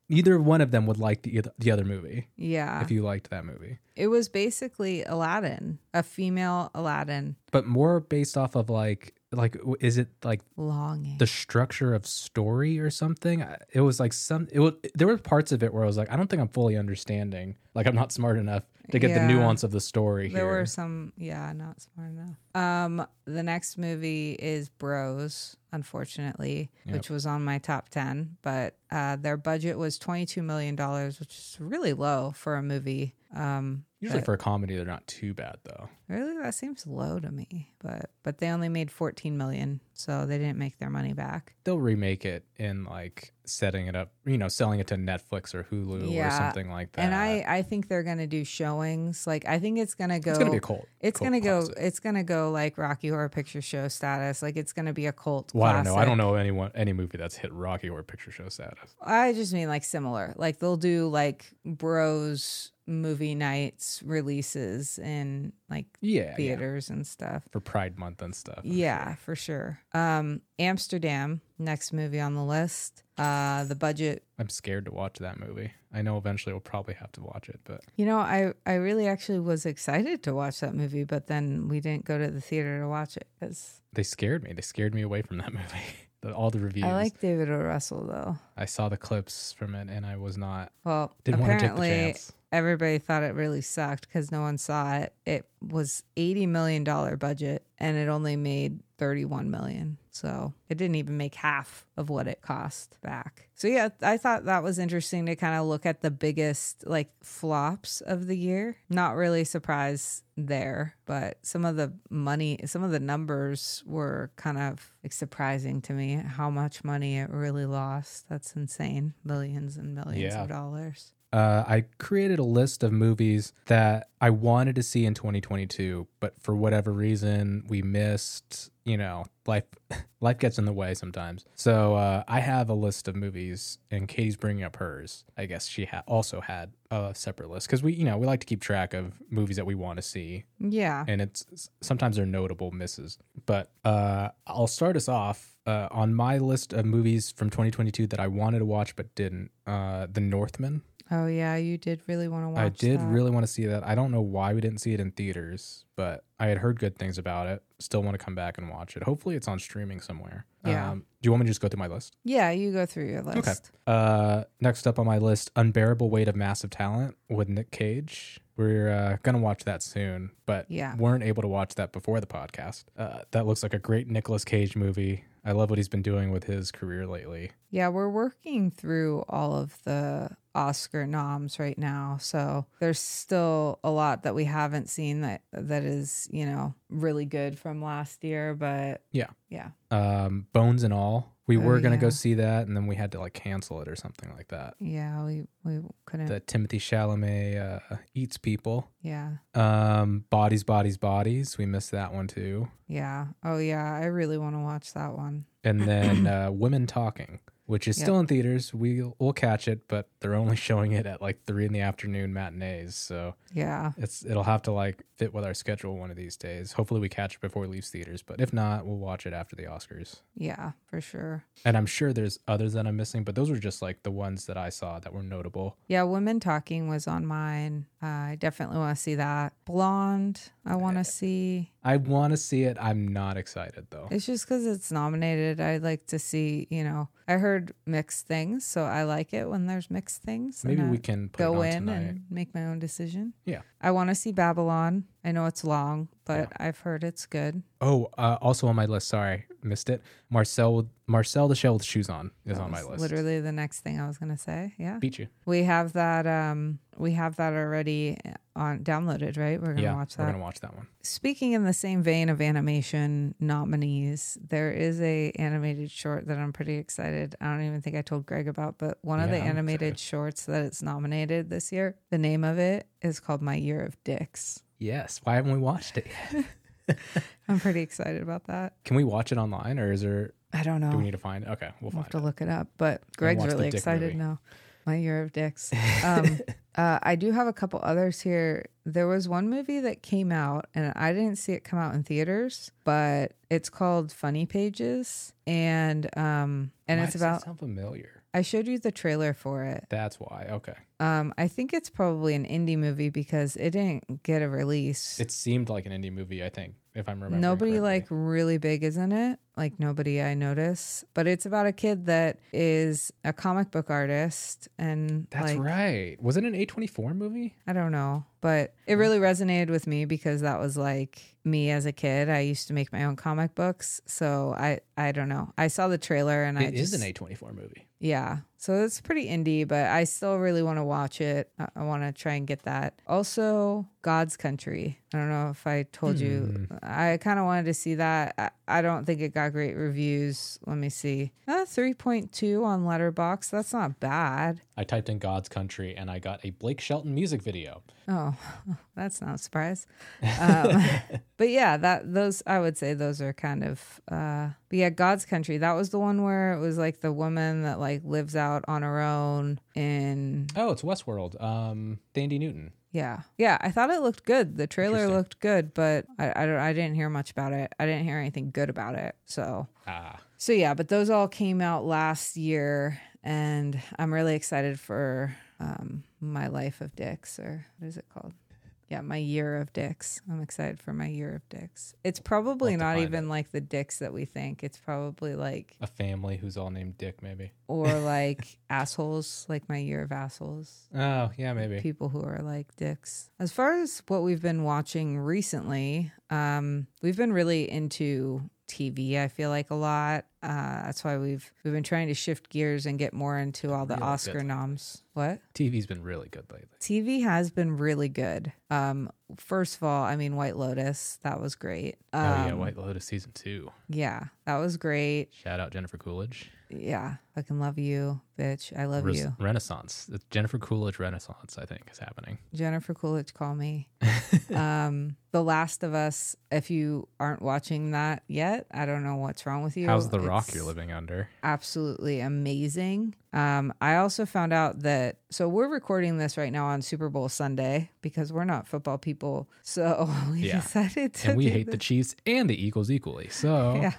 [SPEAKER 1] either one of them would like the, the other movie
[SPEAKER 2] yeah,
[SPEAKER 1] if you liked that movie.
[SPEAKER 2] it was basically Aladdin, a female Aladdin
[SPEAKER 1] But more based off of like like w- is it like
[SPEAKER 2] longing.
[SPEAKER 1] the structure of story or something. I- It was like some. It was there were parts of it where I was like, I don't think I'm fully understanding. Like I'm not smart enough to get
[SPEAKER 2] Yeah.
[SPEAKER 1] the nuance of the story
[SPEAKER 2] there
[SPEAKER 1] here.
[SPEAKER 2] were some, yeah, not smart enough. Um, the next movie is Bros, unfortunately,
[SPEAKER 1] Yep.
[SPEAKER 2] which was on my top ten, but uh, their budget was twenty two million dollars, which is really low for a movie. Um,
[SPEAKER 1] Usually
[SPEAKER 2] but-
[SPEAKER 1] for a comedy, they're not too bad though.
[SPEAKER 2] Really, that seems low to me. But but they only made fourteen million, so they didn't make their money back.
[SPEAKER 1] They'll remake it in like setting it up, you know, selling it to Netflix or Hulu or
[SPEAKER 2] Yeah.
[SPEAKER 1] something like that.
[SPEAKER 2] And I I think they're gonna do showings. Like I think it's gonna go.
[SPEAKER 1] it's gonna be a cult.
[SPEAKER 2] it's
[SPEAKER 1] cult
[SPEAKER 2] gonna go.
[SPEAKER 1] classic.
[SPEAKER 2] It's gonna go like Rocky Horror Picture Show status. Like it's gonna be a cult.
[SPEAKER 1] Well, I don't know. I
[SPEAKER 2] classic.
[SPEAKER 1] don't know anyone any movie that's hit Rocky Horror Picture Show status.
[SPEAKER 2] I just mean like similar. Like they'll do like bros movie nights releases in like
[SPEAKER 1] Yeah, yeah.
[SPEAKER 2] theaters and stuff.
[SPEAKER 1] For Pride Month and stuff. I'm
[SPEAKER 2] yeah,
[SPEAKER 1] sure.
[SPEAKER 2] for sure. Um, Amsterdam, next movie on the list. Uh, the budget
[SPEAKER 1] I'm scared to watch that movie. I know eventually we'll probably have to watch it, but
[SPEAKER 2] You know, I, I really actually was excited to watch that movie, but then we didn't go to the theater to watch it because
[SPEAKER 1] they scared me. They scared me away from that (laughs) movie. The, all the reviews.
[SPEAKER 2] I
[SPEAKER 1] I,
[SPEAKER 2] like David O. Russell though.
[SPEAKER 1] saw the clips from it, and I was not
[SPEAKER 2] Well,
[SPEAKER 1] didn't want to take the
[SPEAKER 2] apparently
[SPEAKER 1] chance.
[SPEAKER 2] everybody thought it really sucked because no one saw it. It was eighty million dollar budget and it only made thirty one million, so it didn't even make half of what it cost back. So yeah, I thought that was interesting to kind of look at the biggest like flops of the year. Not really surprised there, but some of the money, some of the numbers were kind of like surprising to me. How much money it really lost? That's insane, millions and millions
[SPEAKER 1] Yeah.
[SPEAKER 2] of dollars.
[SPEAKER 1] Uh, I created a list of movies that I wanted to see in 2022, but for whatever reason we missed. You know, life (laughs) life gets in the way sometimes. So uh, I have a list of movies, and Katie's bringing up hers. I guess she ha- also had a separate list because we, you know, we like to keep track of movies that we want to see
[SPEAKER 2] Yeah.
[SPEAKER 1] and it's sometimes they're notable misses. But uh, I'll start us off uh, on my list of movies from 2022 that I wanted to watch but didn't. Uh, the Northman.
[SPEAKER 2] Oh yeah, you did really want to watch.
[SPEAKER 1] I did
[SPEAKER 2] that.
[SPEAKER 1] really want to see that. I don't know why we didn't see it in theaters, but I had heard good things about it. Still want to come back and watch it. Hopefully, it's on streaming somewhere. Um,
[SPEAKER 2] Yeah.
[SPEAKER 1] do you want me to just go through my list?
[SPEAKER 2] Yeah, you go through your list.
[SPEAKER 1] Uh, next up on my list, Unbearable Weight of Massive Talent with Nick Cage. We're uh, gonna watch that soon, but
[SPEAKER 2] Yeah.
[SPEAKER 1] weren't able to watch that before the podcast. Uh, that looks like a great Nicolas Cage movie. I love what he's been doing with his career lately.
[SPEAKER 2] Yeah, we're working through all of the Oscar noms right now. So there's still a lot that we haven't seen that that is, you know, really good from last year, but
[SPEAKER 1] Yeah.
[SPEAKER 2] Yeah.
[SPEAKER 1] Um, Bones and all, we
[SPEAKER 2] Oh,
[SPEAKER 1] were gonna go
[SPEAKER 2] yeah.
[SPEAKER 1] see that, and then we had to like cancel it or something like that.
[SPEAKER 2] Yeah, we we couldn't
[SPEAKER 1] The Timothy Chalamet uh, eats people.
[SPEAKER 2] Yeah.
[SPEAKER 1] Um, bodies, bodies, bodies. We missed that one too.
[SPEAKER 2] Yeah. Oh yeah, I really want to watch that one. (clears throat)
[SPEAKER 1] And then uh, Women Talking which is
[SPEAKER 2] Yep.
[SPEAKER 1] still in theaters. We'll, we'll catch it, but they're only (laughs) showing it at like three in the afternoon matinees. So
[SPEAKER 2] Yeah.
[SPEAKER 1] it's it'll have to like fit with our schedule one of these days. Hopefully, we catch it before it leaves theaters. But if not, we'll watch it after the Oscars.
[SPEAKER 2] Yeah, for sure.
[SPEAKER 1] And I'm sure there's others that I'm missing, but those were just like the ones that I saw that were notable.
[SPEAKER 2] Yeah, Women Talking was on mine. Uh, I definitely want to see that. Blonde, I want to see.
[SPEAKER 1] I want to see it. I'm not excited though.
[SPEAKER 2] It's just because it's nominated. I like to see, you know, I heard mixed things, so I like it when there's mixed things. and
[SPEAKER 1] Maybe we
[SPEAKER 2] I
[SPEAKER 1] can put
[SPEAKER 2] go
[SPEAKER 1] it on
[SPEAKER 2] in
[SPEAKER 1] tonight.
[SPEAKER 2] and make my own decision.
[SPEAKER 1] Yeah.
[SPEAKER 2] I want to see Babylon. I know it's long, but I've heard it's good.
[SPEAKER 1] Oh, uh, also on my list. Sorry, missed it. Marcel with Marcel the Shell with shoes on is on my
[SPEAKER 2] That was
[SPEAKER 1] list.
[SPEAKER 2] Literally the next thing I was going to say. Yeah.
[SPEAKER 1] beat you.
[SPEAKER 2] We have that um we have that already on downloaded, right? We're gonna
[SPEAKER 1] yeah,
[SPEAKER 2] watch
[SPEAKER 1] we're
[SPEAKER 2] that.
[SPEAKER 1] gonna watch that one.
[SPEAKER 2] Speaking in the same vein of animation nominees, there is a animated short that I'm pretty excited. I don't even think I told Greg about, but one of
[SPEAKER 1] Yeah,
[SPEAKER 2] the
[SPEAKER 1] I'm
[SPEAKER 2] animated
[SPEAKER 1] excited.
[SPEAKER 2] shorts that it's nominated this year. The name of it is called My Year of Dicks.
[SPEAKER 1] Yes. Why haven't we watched it? yet?
[SPEAKER 2] I'm pretty excited about that.
[SPEAKER 1] Can we watch it online, or is there?
[SPEAKER 2] I don't know.
[SPEAKER 1] Do we need to find? Okay, we'll
[SPEAKER 2] Oh. We'll
[SPEAKER 1] find.
[SPEAKER 2] have
[SPEAKER 1] it.
[SPEAKER 2] to look it up. But Greg's
[SPEAKER 1] watch the
[SPEAKER 2] really
[SPEAKER 1] dick
[SPEAKER 2] excited
[SPEAKER 1] movie.
[SPEAKER 2] now. My year of dicks.
[SPEAKER 1] (laughs)
[SPEAKER 2] Um, uh, I do have a couple others here. There was one movie that came out, and I didn't see it come out in theaters, but it's called Funny Pages, and um, and
[SPEAKER 1] Why
[SPEAKER 2] it's
[SPEAKER 1] does that
[SPEAKER 2] about.
[SPEAKER 1] sound familiar.
[SPEAKER 2] I showed you the trailer for it.
[SPEAKER 1] That's why. Okay.
[SPEAKER 2] Um, I think it's probably an indie movie because it didn't get a release.
[SPEAKER 1] It seemed like an indie movie. I think if I'm remembering.
[SPEAKER 2] Nobody
[SPEAKER 1] correctly.
[SPEAKER 2] like really big, isn't it? Like nobody I notice. But it's about a kid that is a comic book artist and
[SPEAKER 1] That's
[SPEAKER 2] like,
[SPEAKER 1] right. Was it an A24 movie?
[SPEAKER 2] I don't know, but it really resonated with me because that was like me as a kid. I used to make my own comic books, so I I don't know. I saw the trailer and I
[SPEAKER 1] It
[SPEAKER 2] just
[SPEAKER 1] is an A24 movie.
[SPEAKER 2] yeah. So it's pretty indie, but I still really want to watch it. I, I want to try and get that. Also, God's Country. I don't know if I told you. I kind of wanted to see that. I, I don't think it got great reviews. Let me see. Uh, 3.2 on Letterbox. That's not bad.
[SPEAKER 1] I typed in God's Country and I got a Blake Shelton music video.
[SPEAKER 2] Oh, (laughs) that's not a surprise. Um, but yeah, that those I would say those are kind of. Uh, but yeah, God's Country. That was the one where it was like the woman that like lives out on her own in
[SPEAKER 1] Oh, it's Westworld. Um, Dandy Newton.
[SPEAKER 2] Yeah. Yeah. I thought it looked good. The trailer
[SPEAKER 1] Interesting.
[SPEAKER 2] looked good, but I, I, don't, I didn't hear much about it. I didn't hear anything good about it. So,
[SPEAKER 1] Ah,
[SPEAKER 2] so yeah, but those all came out last year and I'm really excited for um, my life of dicks or what is it called? Yeah, my year of dicks. I'm excited for my year of dicks. It's probably
[SPEAKER 1] We'll have to
[SPEAKER 2] not
[SPEAKER 1] find
[SPEAKER 2] even like the dicks that we think. It's probably like
[SPEAKER 1] a family who's all named Dick, maybe. (laughs)
[SPEAKER 2] or like assholes, like my year of assholes
[SPEAKER 1] Oh, yeah, maybe.
[SPEAKER 2] people who are like dicks. As far as what we've been watching recently, um, we've been really into TV. I feel like a lot. Uh, that's why we've we've been trying to shift gears and get more into all the
[SPEAKER 1] Really good.
[SPEAKER 2] Oscar noms. What?
[SPEAKER 1] TV's been really good lately.
[SPEAKER 2] TV has been really good. Um, first of all, I mean White Lotus, that was great. Um,
[SPEAKER 1] oh yeah, White Lotus season two.
[SPEAKER 2] yeah, that was great.
[SPEAKER 1] Shout out Jennifer Coolidge.
[SPEAKER 2] Yeah, fucking love you, bitch. I love
[SPEAKER 1] Res-
[SPEAKER 2] you,
[SPEAKER 1] Renaissance. It's Jennifer Coolidge Renaissance, I think, is happening.
[SPEAKER 2] Jennifer Coolidge.
[SPEAKER 1] (laughs)
[SPEAKER 2] Call me. um the last of us if you aren't watching that yet i don't know what's wrong with you
[SPEAKER 1] How's the rock
[SPEAKER 2] It's
[SPEAKER 1] you're living
[SPEAKER 2] (laughs)
[SPEAKER 1] under?
[SPEAKER 2] absolutely amazing um i also found out that so we're recording this right now on super bowl sunday because we're not football people so (laughs) we
[SPEAKER 1] Yeah.
[SPEAKER 2] decided to
[SPEAKER 1] And we
[SPEAKER 2] do
[SPEAKER 1] hate the Chiefs and the Eagles equally. So
[SPEAKER 2] (laughs) yeah.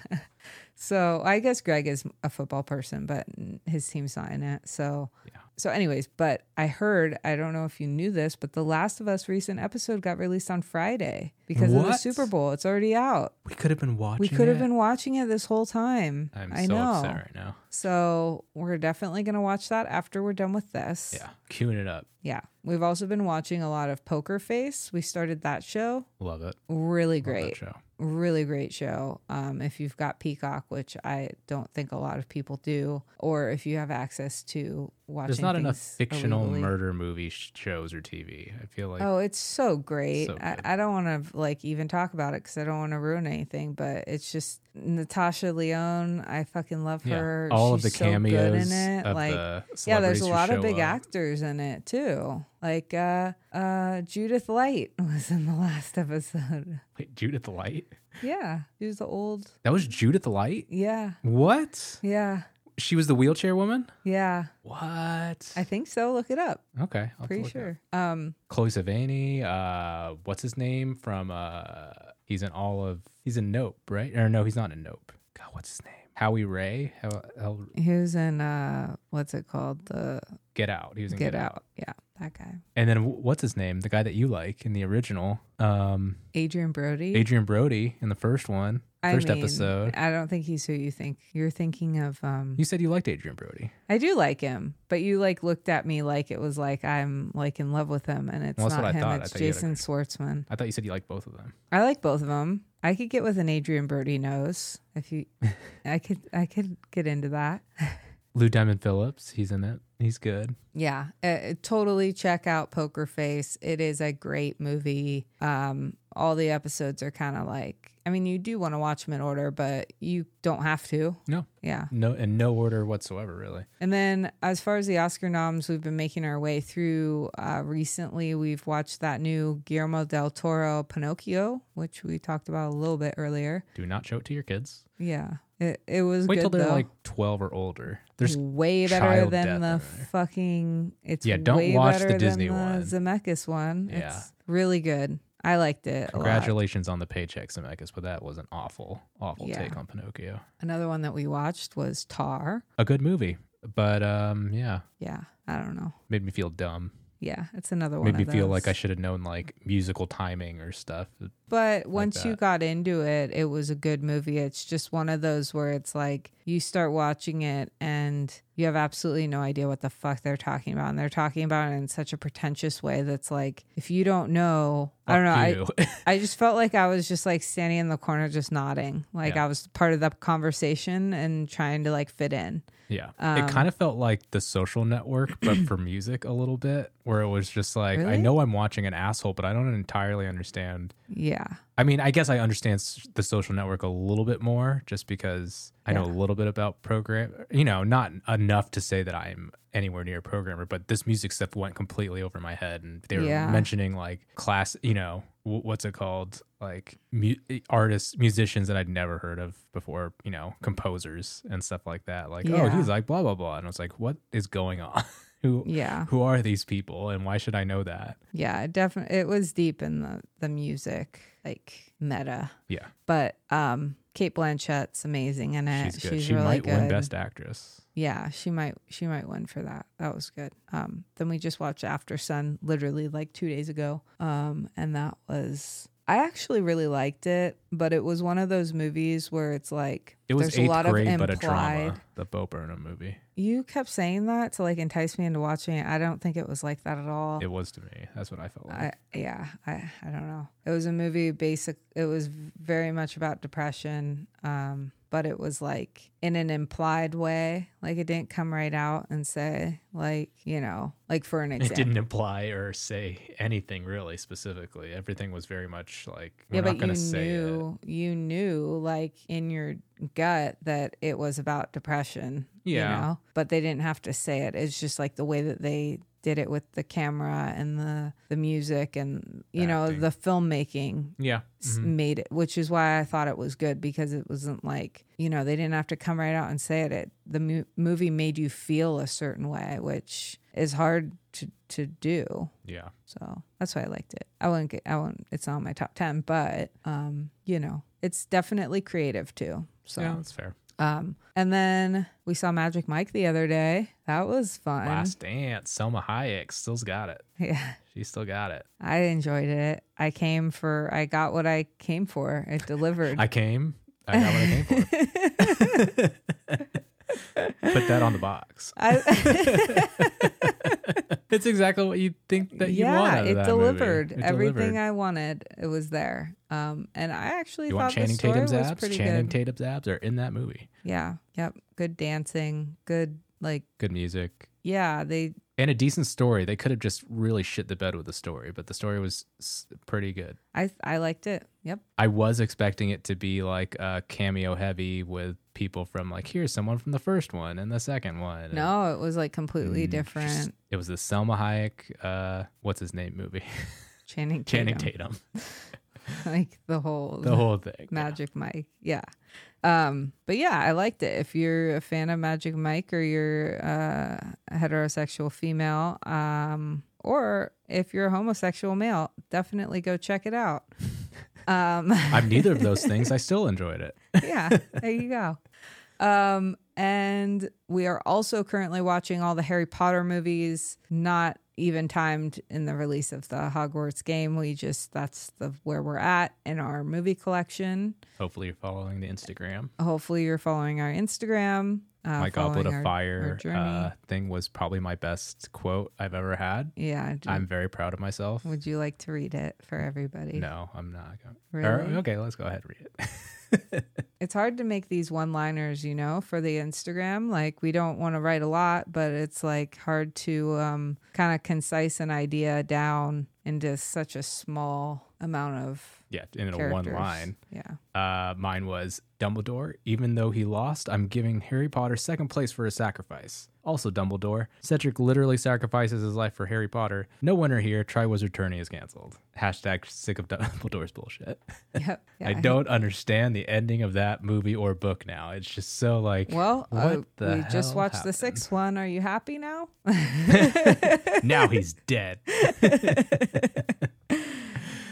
[SPEAKER 2] So I guess Greg is a football person, but his team's not in it. So,
[SPEAKER 1] Yeah.
[SPEAKER 2] so anyways, but I heard I don't know if you knew this, but the Last of Us recent episode got released on Friday because of the
[SPEAKER 1] What?
[SPEAKER 2] Super Bowl. It's already out.
[SPEAKER 1] we could have been watching.
[SPEAKER 2] we could have
[SPEAKER 1] it.
[SPEAKER 2] been watching it this whole time.
[SPEAKER 1] I'm
[SPEAKER 2] I
[SPEAKER 1] so
[SPEAKER 2] know.
[SPEAKER 1] upset right now.
[SPEAKER 2] So we're definitely gonna watch that after we're done with this.
[SPEAKER 1] Yeah, queuing it up.
[SPEAKER 2] Yeah. We've also been watching a lot of Poker Face. We started that show.
[SPEAKER 1] Love it.
[SPEAKER 2] Really
[SPEAKER 1] Love
[SPEAKER 2] great
[SPEAKER 1] that show.
[SPEAKER 2] really great show. Um, if you've got Peacock, which I don't think a lot of people do, or if you have access to watching,
[SPEAKER 1] There's not enough
[SPEAKER 2] things
[SPEAKER 1] fictional
[SPEAKER 2] illegally.
[SPEAKER 1] murder movie sh- shows or TV. I feel like
[SPEAKER 2] Oh, it's so great.
[SPEAKER 1] So
[SPEAKER 2] I,
[SPEAKER 1] good.
[SPEAKER 2] I don't want to like even talk about it because I don't want to ruin anything. But it's just Natasha Leone. I fucking love
[SPEAKER 1] yeah,
[SPEAKER 2] her.
[SPEAKER 1] all of the
[SPEAKER 2] She's so good
[SPEAKER 1] cameos
[SPEAKER 2] in it.
[SPEAKER 1] of
[SPEAKER 2] like
[SPEAKER 1] the
[SPEAKER 2] yeah, there's
[SPEAKER 1] celebrities
[SPEAKER 2] a
[SPEAKER 1] who
[SPEAKER 2] lot of
[SPEAKER 1] show
[SPEAKER 2] big
[SPEAKER 1] up.
[SPEAKER 2] actors in it too. Like uh, uh, Judith Light (laughs) was in the last episode. (laughs)
[SPEAKER 1] Wait, Judith Light.
[SPEAKER 2] yeah, she was the old.
[SPEAKER 1] That was Judith Light.
[SPEAKER 2] Yeah,
[SPEAKER 1] What?
[SPEAKER 2] yeah.
[SPEAKER 1] she was the wheelchair woman.
[SPEAKER 2] Yeah,
[SPEAKER 1] What?
[SPEAKER 2] I think so. Look it up.
[SPEAKER 1] okay, I'll have to
[SPEAKER 2] Pretty
[SPEAKER 1] look it up.
[SPEAKER 2] sure. Um,
[SPEAKER 1] Chloe Savani. Uh, what's his name from? Uh, he's in all of. He's in Nope, right? Or no, he's not in Nope. God, what's his name? Howie Ray. How, how,
[SPEAKER 2] he was in uh, what's it called? The
[SPEAKER 1] Get Out. He was in
[SPEAKER 2] Get Out. Yeah, that guy,
[SPEAKER 1] And then wh- what's his name? The guy that you like in the original, um,
[SPEAKER 2] Adrian Brody.
[SPEAKER 1] Adrian Brody in the first one,
[SPEAKER 2] I
[SPEAKER 1] first
[SPEAKER 2] mean,
[SPEAKER 1] episode.
[SPEAKER 2] I don't think he's who you think. You're thinking of. Um,
[SPEAKER 1] You said you liked Adrian Brody.
[SPEAKER 2] I do like him, but you like looked at me like it was like I'm like in love with him, and it's
[SPEAKER 1] Well, that's
[SPEAKER 2] not
[SPEAKER 1] what I
[SPEAKER 2] him.
[SPEAKER 1] thought. I
[SPEAKER 2] It's
[SPEAKER 1] thought you had a-
[SPEAKER 2] Jason Schwartzman.
[SPEAKER 1] I thought you said you liked both of them.
[SPEAKER 2] I like both of them. I could get with an Adrian Brody nose if
[SPEAKER 1] (laughs)
[SPEAKER 2] you. I could. I could get into that.
[SPEAKER 1] Lou Diamond Phillips, he's in it. He's good.
[SPEAKER 2] Yeah, uh, totally check out Poker Face. It is a great movie. Um, all the episodes are kind of like, I mean, you do want to watch them in order, but you don't have to.
[SPEAKER 1] No,
[SPEAKER 2] Yeah.
[SPEAKER 1] no, in no order whatsoever, really.
[SPEAKER 2] And then as far as the Oscar noms, we've been making our way through. Uh, recently, we've watched that new Guillermo del Toro Pinocchio, which we talked about a little bit earlier.
[SPEAKER 1] Do not show it to your kids.
[SPEAKER 2] Yeah. It, it was
[SPEAKER 1] Wait
[SPEAKER 2] good,
[SPEAKER 1] till they're
[SPEAKER 2] though.
[SPEAKER 1] like twelve or older. There's
[SPEAKER 2] way better
[SPEAKER 1] child
[SPEAKER 2] than the
[SPEAKER 1] death in there.
[SPEAKER 2] fucking. It's
[SPEAKER 1] Yeah, don't
[SPEAKER 2] way
[SPEAKER 1] watch the
[SPEAKER 2] better than
[SPEAKER 1] Disney
[SPEAKER 2] the
[SPEAKER 1] one.
[SPEAKER 2] Zemeckis one.
[SPEAKER 1] Yeah.
[SPEAKER 2] It's really good. I liked it. a lot.
[SPEAKER 1] congratulations on the paycheck, Zemeckis, but that was an awful, awful
[SPEAKER 2] Yeah.
[SPEAKER 1] take on Pinocchio.
[SPEAKER 2] Another one that we watched was Tar.
[SPEAKER 1] A good movie, but um, yeah,
[SPEAKER 2] Yeah, I don't know.
[SPEAKER 1] made me feel dumb.
[SPEAKER 2] Yeah, it's another one.
[SPEAKER 1] Made me
[SPEAKER 2] of
[SPEAKER 1] feel like I
[SPEAKER 2] those.
[SPEAKER 1] should have known like musical timing or stuff.
[SPEAKER 2] But once you
[SPEAKER 1] that.
[SPEAKER 2] got into it, it was a good movie. It's just one of those where it's like you start watching it and you have absolutely no idea what the fuck they're talking about. And they're talking about it in such a pretentious way that's like, if you don't know, I don't know. I,
[SPEAKER 1] Fuck you. (laughs)
[SPEAKER 2] I just felt like I was just like standing in the corner, just nodding. Like
[SPEAKER 1] Yeah.
[SPEAKER 2] I was part of the conversation and trying to like fit in.
[SPEAKER 1] Yeah.
[SPEAKER 2] um,
[SPEAKER 1] it kind of felt like the social network, but for music a little bit, where it was just like, I
[SPEAKER 2] Really?
[SPEAKER 1] know I'm watching an asshole, but I don't entirely understand.
[SPEAKER 2] Yeah.
[SPEAKER 1] I mean, I guess I understand s- the social network a little bit more just because I know a little bit about program, you know, not enough to say that I'm anywhere near a programmer, but this music stuff went completely over my head. And they were
[SPEAKER 2] Yeah.
[SPEAKER 1] mentioning like class, you know, wh- what's it called? Like mu- eh, artists, musicians that I'd never heard of before, you know, composers and stuff like that. Like, oh,
[SPEAKER 2] Yeah.
[SPEAKER 1] he's like blah, blah, blah. And I was like, what is going on? (laughs) who,
[SPEAKER 2] Yeah.
[SPEAKER 1] who are these people and why should I know that?
[SPEAKER 2] Yeah. It definitely, it was deep in the, the music, like meta.
[SPEAKER 1] Yeah.
[SPEAKER 2] But um Kate Blanchett's amazing in it.
[SPEAKER 1] She's
[SPEAKER 2] Eh, She's,
[SPEAKER 1] good. she
[SPEAKER 2] really
[SPEAKER 1] might
[SPEAKER 2] good.
[SPEAKER 1] win best actress.
[SPEAKER 2] Yeah, she might she might win for that. That was good. Um then we just watched After Sun literally like 2 days ago. Um and that was I actually really liked it, but it was one of those movies where it's like
[SPEAKER 1] It was
[SPEAKER 2] there's
[SPEAKER 1] eighth
[SPEAKER 2] a lot
[SPEAKER 1] grade,
[SPEAKER 2] of implied.
[SPEAKER 1] but a drama. The Bo Burnham movie.
[SPEAKER 2] You kept saying that to like entice me into watching it. I don't think it was like that at all.
[SPEAKER 1] It was to me. That's what I felt. Like.
[SPEAKER 2] I, yeah, I, I don't know. It was a movie basic. It was very much about depression, um, but it was like in an implied way. Like it didn't come right out and say like you know like for
[SPEAKER 1] (laughs)
[SPEAKER 2] an
[SPEAKER 1] it
[SPEAKER 2] example.
[SPEAKER 1] didn't imply or say anything really specifically. Everything was very much like we're
[SPEAKER 2] Yeah,
[SPEAKER 1] not
[SPEAKER 2] but
[SPEAKER 1] going
[SPEAKER 2] you
[SPEAKER 1] to say it.
[SPEAKER 2] knew you knew like in your gut that it was about depression. you
[SPEAKER 1] Yeah.
[SPEAKER 2] know? but they didn't have to say it. It's just like the way that they did it with the camera and the the music and you know
[SPEAKER 1] Acting.
[SPEAKER 2] the filmmaking
[SPEAKER 1] Yeah,
[SPEAKER 2] s- mm,
[SPEAKER 1] mhm.
[SPEAKER 2] made it, which is why I thought it was good because it wasn't like you know they didn't have to come right out and say it. it the mo- movie made you feel a certain way, which is hard to to do.
[SPEAKER 1] yeah.
[SPEAKER 2] So that's why I liked it. I wouldn't get, I wouldn't. It's not on my top ten, but um, you know, it's definitely creative too. So
[SPEAKER 1] yeah, that's fair.
[SPEAKER 2] um, and then we saw Magic Mike the other day. That was fun.
[SPEAKER 1] Last Dance. Selma Hayek still's got it.
[SPEAKER 2] (laughs) Yeah.
[SPEAKER 1] She still got it.
[SPEAKER 2] I enjoyed it. I came for, I got what I came for. It delivered.
[SPEAKER 1] I came. I got what I came for.
[SPEAKER 2] (laughs)
[SPEAKER 1] Put that on the box. (laughs)
[SPEAKER 2] I, (laughs)
[SPEAKER 1] It's exactly what you think that you
[SPEAKER 2] yeah,
[SPEAKER 1] want. out of
[SPEAKER 2] it
[SPEAKER 1] that movie.
[SPEAKER 2] delivered.
[SPEAKER 1] It
[SPEAKER 2] Everything
[SPEAKER 1] delivered.
[SPEAKER 2] I wanted, it was there. Um, and I actually
[SPEAKER 1] you want
[SPEAKER 2] thought
[SPEAKER 1] Channing
[SPEAKER 2] the story
[SPEAKER 1] Tatum's
[SPEAKER 2] was
[SPEAKER 1] abs?
[SPEAKER 2] pretty
[SPEAKER 1] Channing
[SPEAKER 2] good.
[SPEAKER 1] Tatum's abs are in that movie.
[SPEAKER 2] yeah, yep. Good dancing. Good like
[SPEAKER 1] Good music.
[SPEAKER 2] yeah. They
[SPEAKER 1] and a decent story. They could have just really shit the bed with the story, but the story was s- pretty good.
[SPEAKER 2] I I liked it. Yep.
[SPEAKER 1] I was expecting it to be like a cameo heavy with people from like here's someone from the first one and the second one. and
[SPEAKER 2] No, it was like completely
[SPEAKER 1] Mm,
[SPEAKER 2] different.
[SPEAKER 1] just- it was the Selma Hayek, uh, what's his name movie? (laughs)
[SPEAKER 2] Channing Tatum.
[SPEAKER 1] Channing Tatum.
[SPEAKER 2] (laughs) like the whole (laughs)
[SPEAKER 1] The whole thing.
[SPEAKER 2] Magic Mike. Yeah. Um, but yeah, I liked it. If you're a fan of Magic Mike or you're uh, a heterosexual female, um, or if you're a homosexual male, definitely go check it out. Um,
[SPEAKER 1] I'm neither of those things. I still enjoyed it. (laughs)
[SPEAKER 2] yeah, there you go. Um, and we are also currently watching all the Harry Potter movies, not even timed in the release of the Hogwarts game. We just that's the where we're at in our movie collection.
[SPEAKER 1] Hopefully, you're following the Instagram.
[SPEAKER 2] Hopefully, you're following our Instagram. Uh,
[SPEAKER 1] my goblet
[SPEAKER 2] following
[SPEAKER 1] of
[SPEAKER 2] our- our
[SPEAKER 1] fire
[SPEAKER 2] journey.
[SPEAKER 1] uh, thing was probably my best quote I've ever had.
[SPEAKER 2] yeah, do-
[SPEAKER 1] I'm very proud of myself.
[SPEAKER 2] would you like to read it for everybody?
[SPEAKER 1] No, I'm not. Going.
[SPEAKER 2] Really?
[SPEAKER 1] okay, let's go ahead and read it. (laughs)
[SPEAKER 2] it's hard to make these one liners, you know, for the Instagram. Like we don't want to write a lot, but it's like hard to um, kind of concise an idea down into such a small amount of
[SPEAKER 1] yeah, in a one
[SPEAKER 2] characters.
[SPEAKER 1] line.
[SPEAKER 2] Yeah. (laughs)
[SPEAKER 1] Uh, mine was Dumbledore. Even though he lost, I'm giving Harry Potter second place for his sacrifice. Also, Dumbledore. Cedric literally sacrifices his life for Harry Potter. No winner here. Triwizard Tourney is canceled. Hashtag sick of Dumbledore's bullshit.
[SPEAKER 2] Yep.
[SPEAKER 1] (laughs)
[SPEAKER 2] Yeah,
[SPEAKER 1] I
[SPEAKER 2] hate-
[SPEAKER 1] don't understand the ending of that movie or book now. It's just so like.
[SPEAKER 2] Well,
[SPEAKER 1] what
[SPEAKER 2] uh,
[SPEAKER 1] the
[SPEAKER 2] we just
[SPEAKER 1] hell
[SPEAKER 2] watched the
[SPEAKER 1] happened?
[SPEAKER 2] sixth one. Are you happy now?
[SPEAKER 1] now
[SPEAKER 2] (laughs)
[SPEAKER 1] he's dead.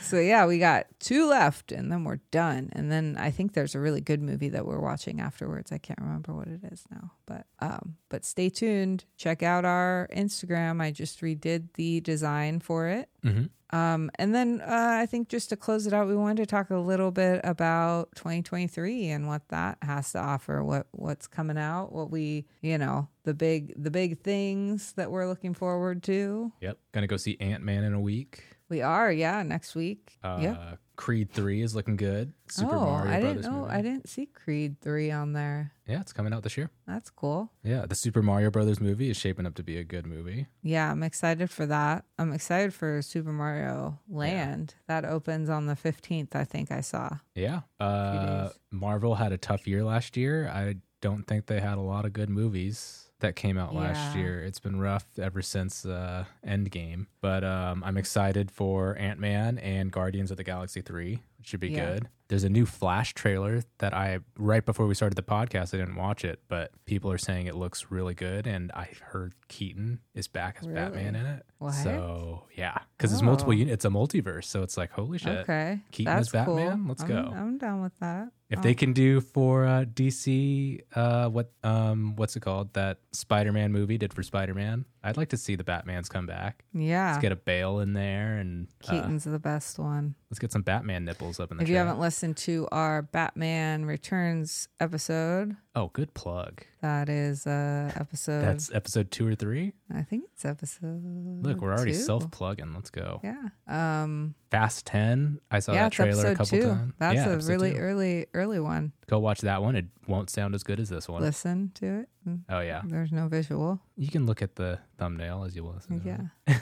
[SPEAKER 2] so yeah, we got two left, and then we're done. And then I think there's a really good movie that we're watching afterwards. I can't remember what it is now, but um, but stay tuned. Check out our Instagram. I just redid the design for it.
[SPEAKER 1] Mhm.
[SPEAKER 2] Um, and then uh, I think just to close it out, we wanted to talk a little bit about 2023 and what that has to offer, what what's coming out, what we, you know, the big the big things that we're looking forward to.
[SPEAKER 1] Yep. Gonna go see Ant Man in a week.
[SPEAKER 2] We are, yeah, next week.
[SPEAKER 1] Uh,
[SPEAKER 2] yep.
[SPEAKER 1] Creed 3 is looking good. Super
[SPEAKER 2] oh,
[SPEAKER 1] Mario
[SPEAKER 2] I
[SPEAKER 1] Brothers
[SPEAKER 2] didn't know.
[SPEAKER 1] movie.
[SPEAKER 2] I didn't see Creed three on there.
[SPEAKER 1] Yeah, it's coming out this year.
[SPEAKER 2] That's cool.
[SPEAKER 1] Yeah, the Super Mario Brothers movie is shaping up to be a good movie.
[SPEAKER 2] Yeah, I'm excited for that. I'm excited for Super Mario Land. That opens on the 15th. I think I saw.
[SPEAKER 1] Yeah. Uh,
[SPEAKER 2] days.
[SPEAKER 1] Marvel had a tough year last year. I don't think they had a lot of good movies that came out last
[SPEAKER 2] Yeah.
[SPEAKER 1] year. It's been rough ever since uh, Endgame. But um, I'm excited for Ant Man and Guardians of the Galaxy 3. It should be
[SPEAKER 2] Yeah.
[SPEAKER 1] good. There's a new Flash trailer that I, right before we started the podcast, I didn't watch it, but people are saying it looks really good. And I heard Keaton is back as Batman
[SPEAKER 2] Really?
[SPEAKER 1] in it.
[SPEAKER 2] What?
[SPEAKER 1] So, yeah. Because it's multiple,
[SPEAKER 2] Oh.
[SPEAKER 1] uni- it's a multiverse. So it's like, holy shit.
[SPEAKER 2] Okay,
[SPEAKER 1] Keaton as
[SPEAKER 2] that's cool.
[SPEAKER 1] Batman? Let's
[SPEAKER 2] I'm-
[SPEAKER 1] go.
[SPEAKER 2] I'm down with that.
[SPEAKER 1] If
[SPEAKER 2] Oh,
[SPEAKER 1] they can do for uh, DC, uh, what um, what's it called? That Spider-Man movie did for Spider-Man. I'd like to see the Batman's come back.
[SPEAKER 2] yeah,
[SPEAKER 1] Let's get a Bale in there, and uh,
[SPEAKER 2] Keaton's the best one.
[SPEAKER 1] let's get some Batman nipples up in the.
[SPEAKER 2] If you
[SPEAKER 1] trailer.
[SPEAKER 2] haven't listened to our Batman Returns episode,
[SPEAKER 1] oh, good plug.
[SPEAKER 2] that is uh episode.
[SPEAKER 1] That's episode two or three.
[SPEAKER 2] I think it's episode.
[SPEAKER 1] Look, we're already
[SPEAKER 2] two.
[SPEAKER 1] self-plugging. Let's go.
[SPEAKER 2] Yeah. Um.
[SPEAKER 1] Fast Ten. I saw
[SPEAKER 2] yeah,
[SPEAKER 1] that
[SPEAKER 2] it's
[SPEAKER 1] trailer a
[SPEAKER 2] episode
[SPEAKER 1] couple
[SPEAKER 2] two.
[SPEAKER 1] times.
[SPEAKER 2] That's
[SPEAKER 1] yeah,
[SPEAKER 2] a
[SPEAKER 1] episode
[SPEAKER 2] really
[SPEAKER 1] two.
[SPEAKER 2] early, early one.
[SPEAKER 1] go watch that one. It won't sound as good as this one.
[SPEAKER 2] Listen to it. Mm,
[SPEAKER 1] Oh yeah,
[SPEAKER 2] There's no visual.
[SPEAKER 1] you can look at the thumbnail as you listen. to it.
[SPEAKER 2] Yeah.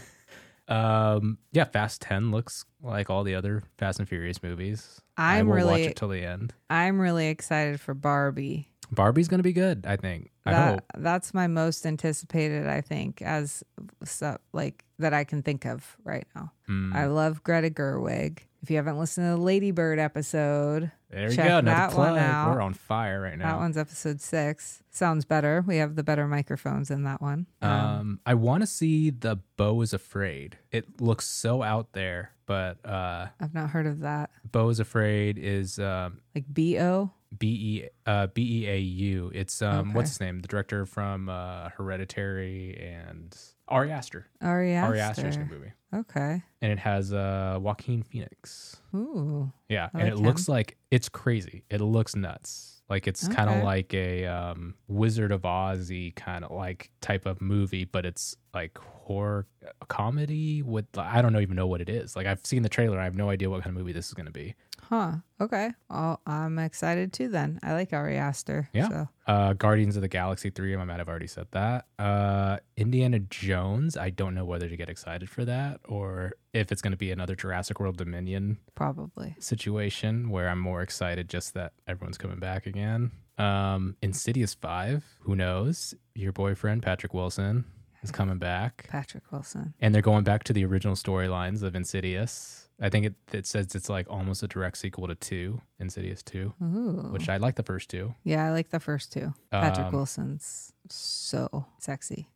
[SPEAKER 1] Um, yeah, Fast Ten looks like all the other Fast and Furious movies. I
[SPEAKER 2] I'm
[SPEAKER 1] will watch
[SPEAKER 2] really-
[SPEAKER 1] it till the end.
[SPEAKER 2] I'm really excited for Barbie.
[SPEAKER 1] Barbie's gonna be good, I think. I hope.
[SPEAKER 2] That that's my most anticipated. I think as so, like that I can think of right now.
[SPEAKER 1] Mm,
[SPEAKER 2] I love Greta Gerwig. If you haven't listened to the Lady Bird episode,
[SPEAKER 1] there you
[SPEAKER 2] check
[SPEAKER 1] go. Another
[SPEAKER 2] that one
[SPEAKER 1] plug.
[SPEAKER 2] out.
[SPEAKER 1] We're on fire right
[SPEAKER 2] that
[SPEAKER 1] now.
[SPEAKER 2] one's episode six. Sounds better. We have the better microphones in that one.
[SPEAKER 1] Um, I want to see the Bo is Afraid. It looks so out there, but uh,
[SPEAKER 2] I've not heard of that.
[SPEAKER 1] Bo is Afraid is um,
[SPEAKER 2] Like B O.
[SPEAKER 1] B E uh, B E A U. It's um,
[SPEAKER 2] Okay.
[SPEAKER 1] what's his name? The director from uh, Hereditary and Ari Aster.
[SPEAKER 2] Ari Aster.
[SPEAKER 1] Ari Aster's new movie,
[SPEAKER 2] E Okay.
[SPEAKER 1] and it has uh, Joaquin Phoenix.
[SPEAKER 2] Ooh.
[SPEAKER 1] Yeah,
[SPEAKER 2] I
[SPEAKER 1] and
[SPEAKER 2] like
[SPEAKER 1] it looks like it's crazy. It looks nuts. Like it's kind of
[SPEAKER 2] Okay.
[SPEAKER 1] like a um, Wizard of Ozzy kind of like type of movie, but it's like horror uh, comedy with I don't know even know what it is. Like I've seen the trailer, I have no idea what kind of movie this is going to be.
[SPEAKER 2] Huh. Okay. Well, I'm excited too. Then I like Ari Aster.
[SPEAKER 1] Yeah.
[SPEAKER 2] So.
[SPEAKER 1] Uh, Guardians of the Galaxy three, I might have already said that. Uh, Indiana Jones, I don't know whether to get excited for that or if it's going to be another Jurassic World Dominion
[SPEAKER 2] Probably.
[SPEAKER 1] situation where I'm more excited just that everyone's coming back again. Um, Insidious 5, who knows? Your boyfriend, Patrick Wilson, is coming back.
[SPEAKER 2] Patrick Wilson.
[SPEAKER 1] And they're going back to the original storylines of Insidious. I think it, it says it's like almost a direct sequel to two, Insidious two,
[SPEAKER 2] Ooh.
[SPEAKER 1] which I like the first two.
[SPEAKER 2] yeah, I like the first two. Patrick
[SPEAKER 1] Um,
[SPEAKER 2] Wilson's so sexy.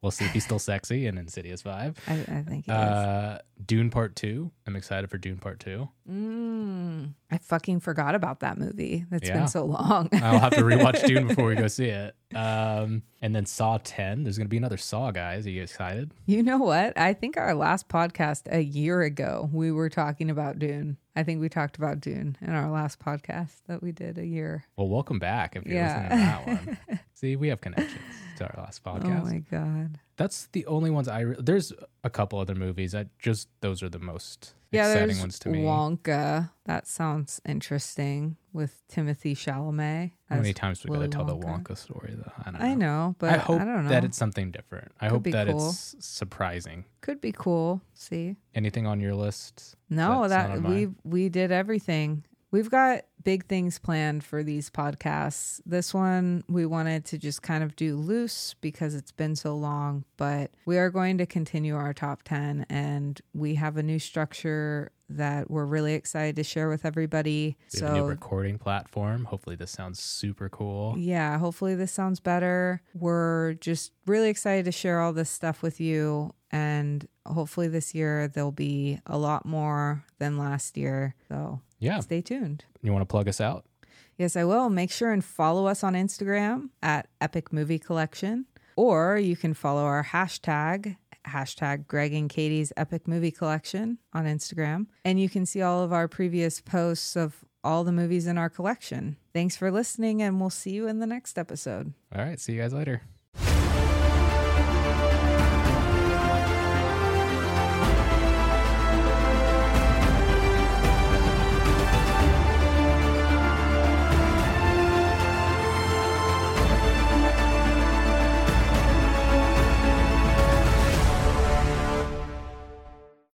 [SPEAKER 1] We'll see if he's still sexy in Insidious five.
[SPEAKER 2] I, I think (laughs) he is.
[SPEAKER 1] Uh, Dune Part Two. I'm excited for Dune Part Two.
[SPEAKER 2] Mm, I fucking forgot about that movie. That's
[SPEAKER 1] Yeah. Uh,
[SPEAKER 2] been so long.
[SPEAKER 1] I'll have to rewatch Dune before we go see it. Um, and then Saw Ten. There's gonna be another Saw, guys. Are you excited?
[SPEAKER 2] (laughs) You know what? I think our last podcast a year ago, we were talking about Dune. I think we talked about Dune in our last podcast that we did a year.
[SPEAKER 1] Well, welcome back if you're
[SPEAKER 2] Yeah.
[SPEAKER 1] listening to that
[SPEAKER 2] (laughs)
[SPEAKER 1] one. see, we have connections to our last podcast.
[SPEAKER 2] Oh my God.
[SPEAKER 1] That's the only ones I. Re- there's a couple other movies. I just those are the most exciting
[SPEAKER 2] there's
[SPEAKER 1] ones to me.
[SPEAKER 2] Wonka. That sounds interesting with Timothy Chalamet.
[SPEAKER 1] How many
[SPEAKER 2] as
[SPEAKER 1] times we gotta
[SPEAKER 2] Willy
[SPEAKER 1] tell the
[SPEAKER 2] Wonka.
[SPEAKER 1] Wonka story though? I don't know.
[SPEAKER 2] I know, but
[SPEAKER 1] I hope
[SPEAKER 2] I don't know.
[SPEAKER 1] that it's something different. I hope
[SPEAKER 2] be
[SPEAKER 1] that
[SPEAKER 2] cool.
[SPEAKER 1] it's surprising.
[SPEAKER 2] could be cool. See,
[SPEAKER 1] Anything on your list?
[SPEAKER 2] no,
[SPEAKER 1] That's not
[SPEAKER 2] that
[SPEAKER 1] on
[SPEAKER 2] we we did everything. We've got big things planned for these podcasts. This one we wanted to just kind of do loose because it's been so long, but we are going to continue our top 10 and we have a new structure that we're really excited to share with everybody.
[SPEAKER 1] We have a new
[SPEAKER 2] so
[SPEAKER 1] recording platform. Hopefully, this sounds super cool.
[SPEAKER 2] Yeah, hopefully this sounds better. We're just really excited to share all this stuff with you. And hopefully this year there'll be a lot more than last year. So
[SPEAKER 1] Yeah,
[SPEAKER 2] stay tuned.
[SPEAKER 1] you want to plug us out?
[SPEAKER 2] Yes, I will. Make sure and follow us on Instagram at Epic Movie Collection. Or you can follow our hashtag, hashtag Greg and Katie's Epic Movie Collection on Instagram. And you can see all of our previous posts of all the movies in our collection. Thanks for listening, and we'll see you in the next episode.
[SPEAKER 1] All right, see you guys later.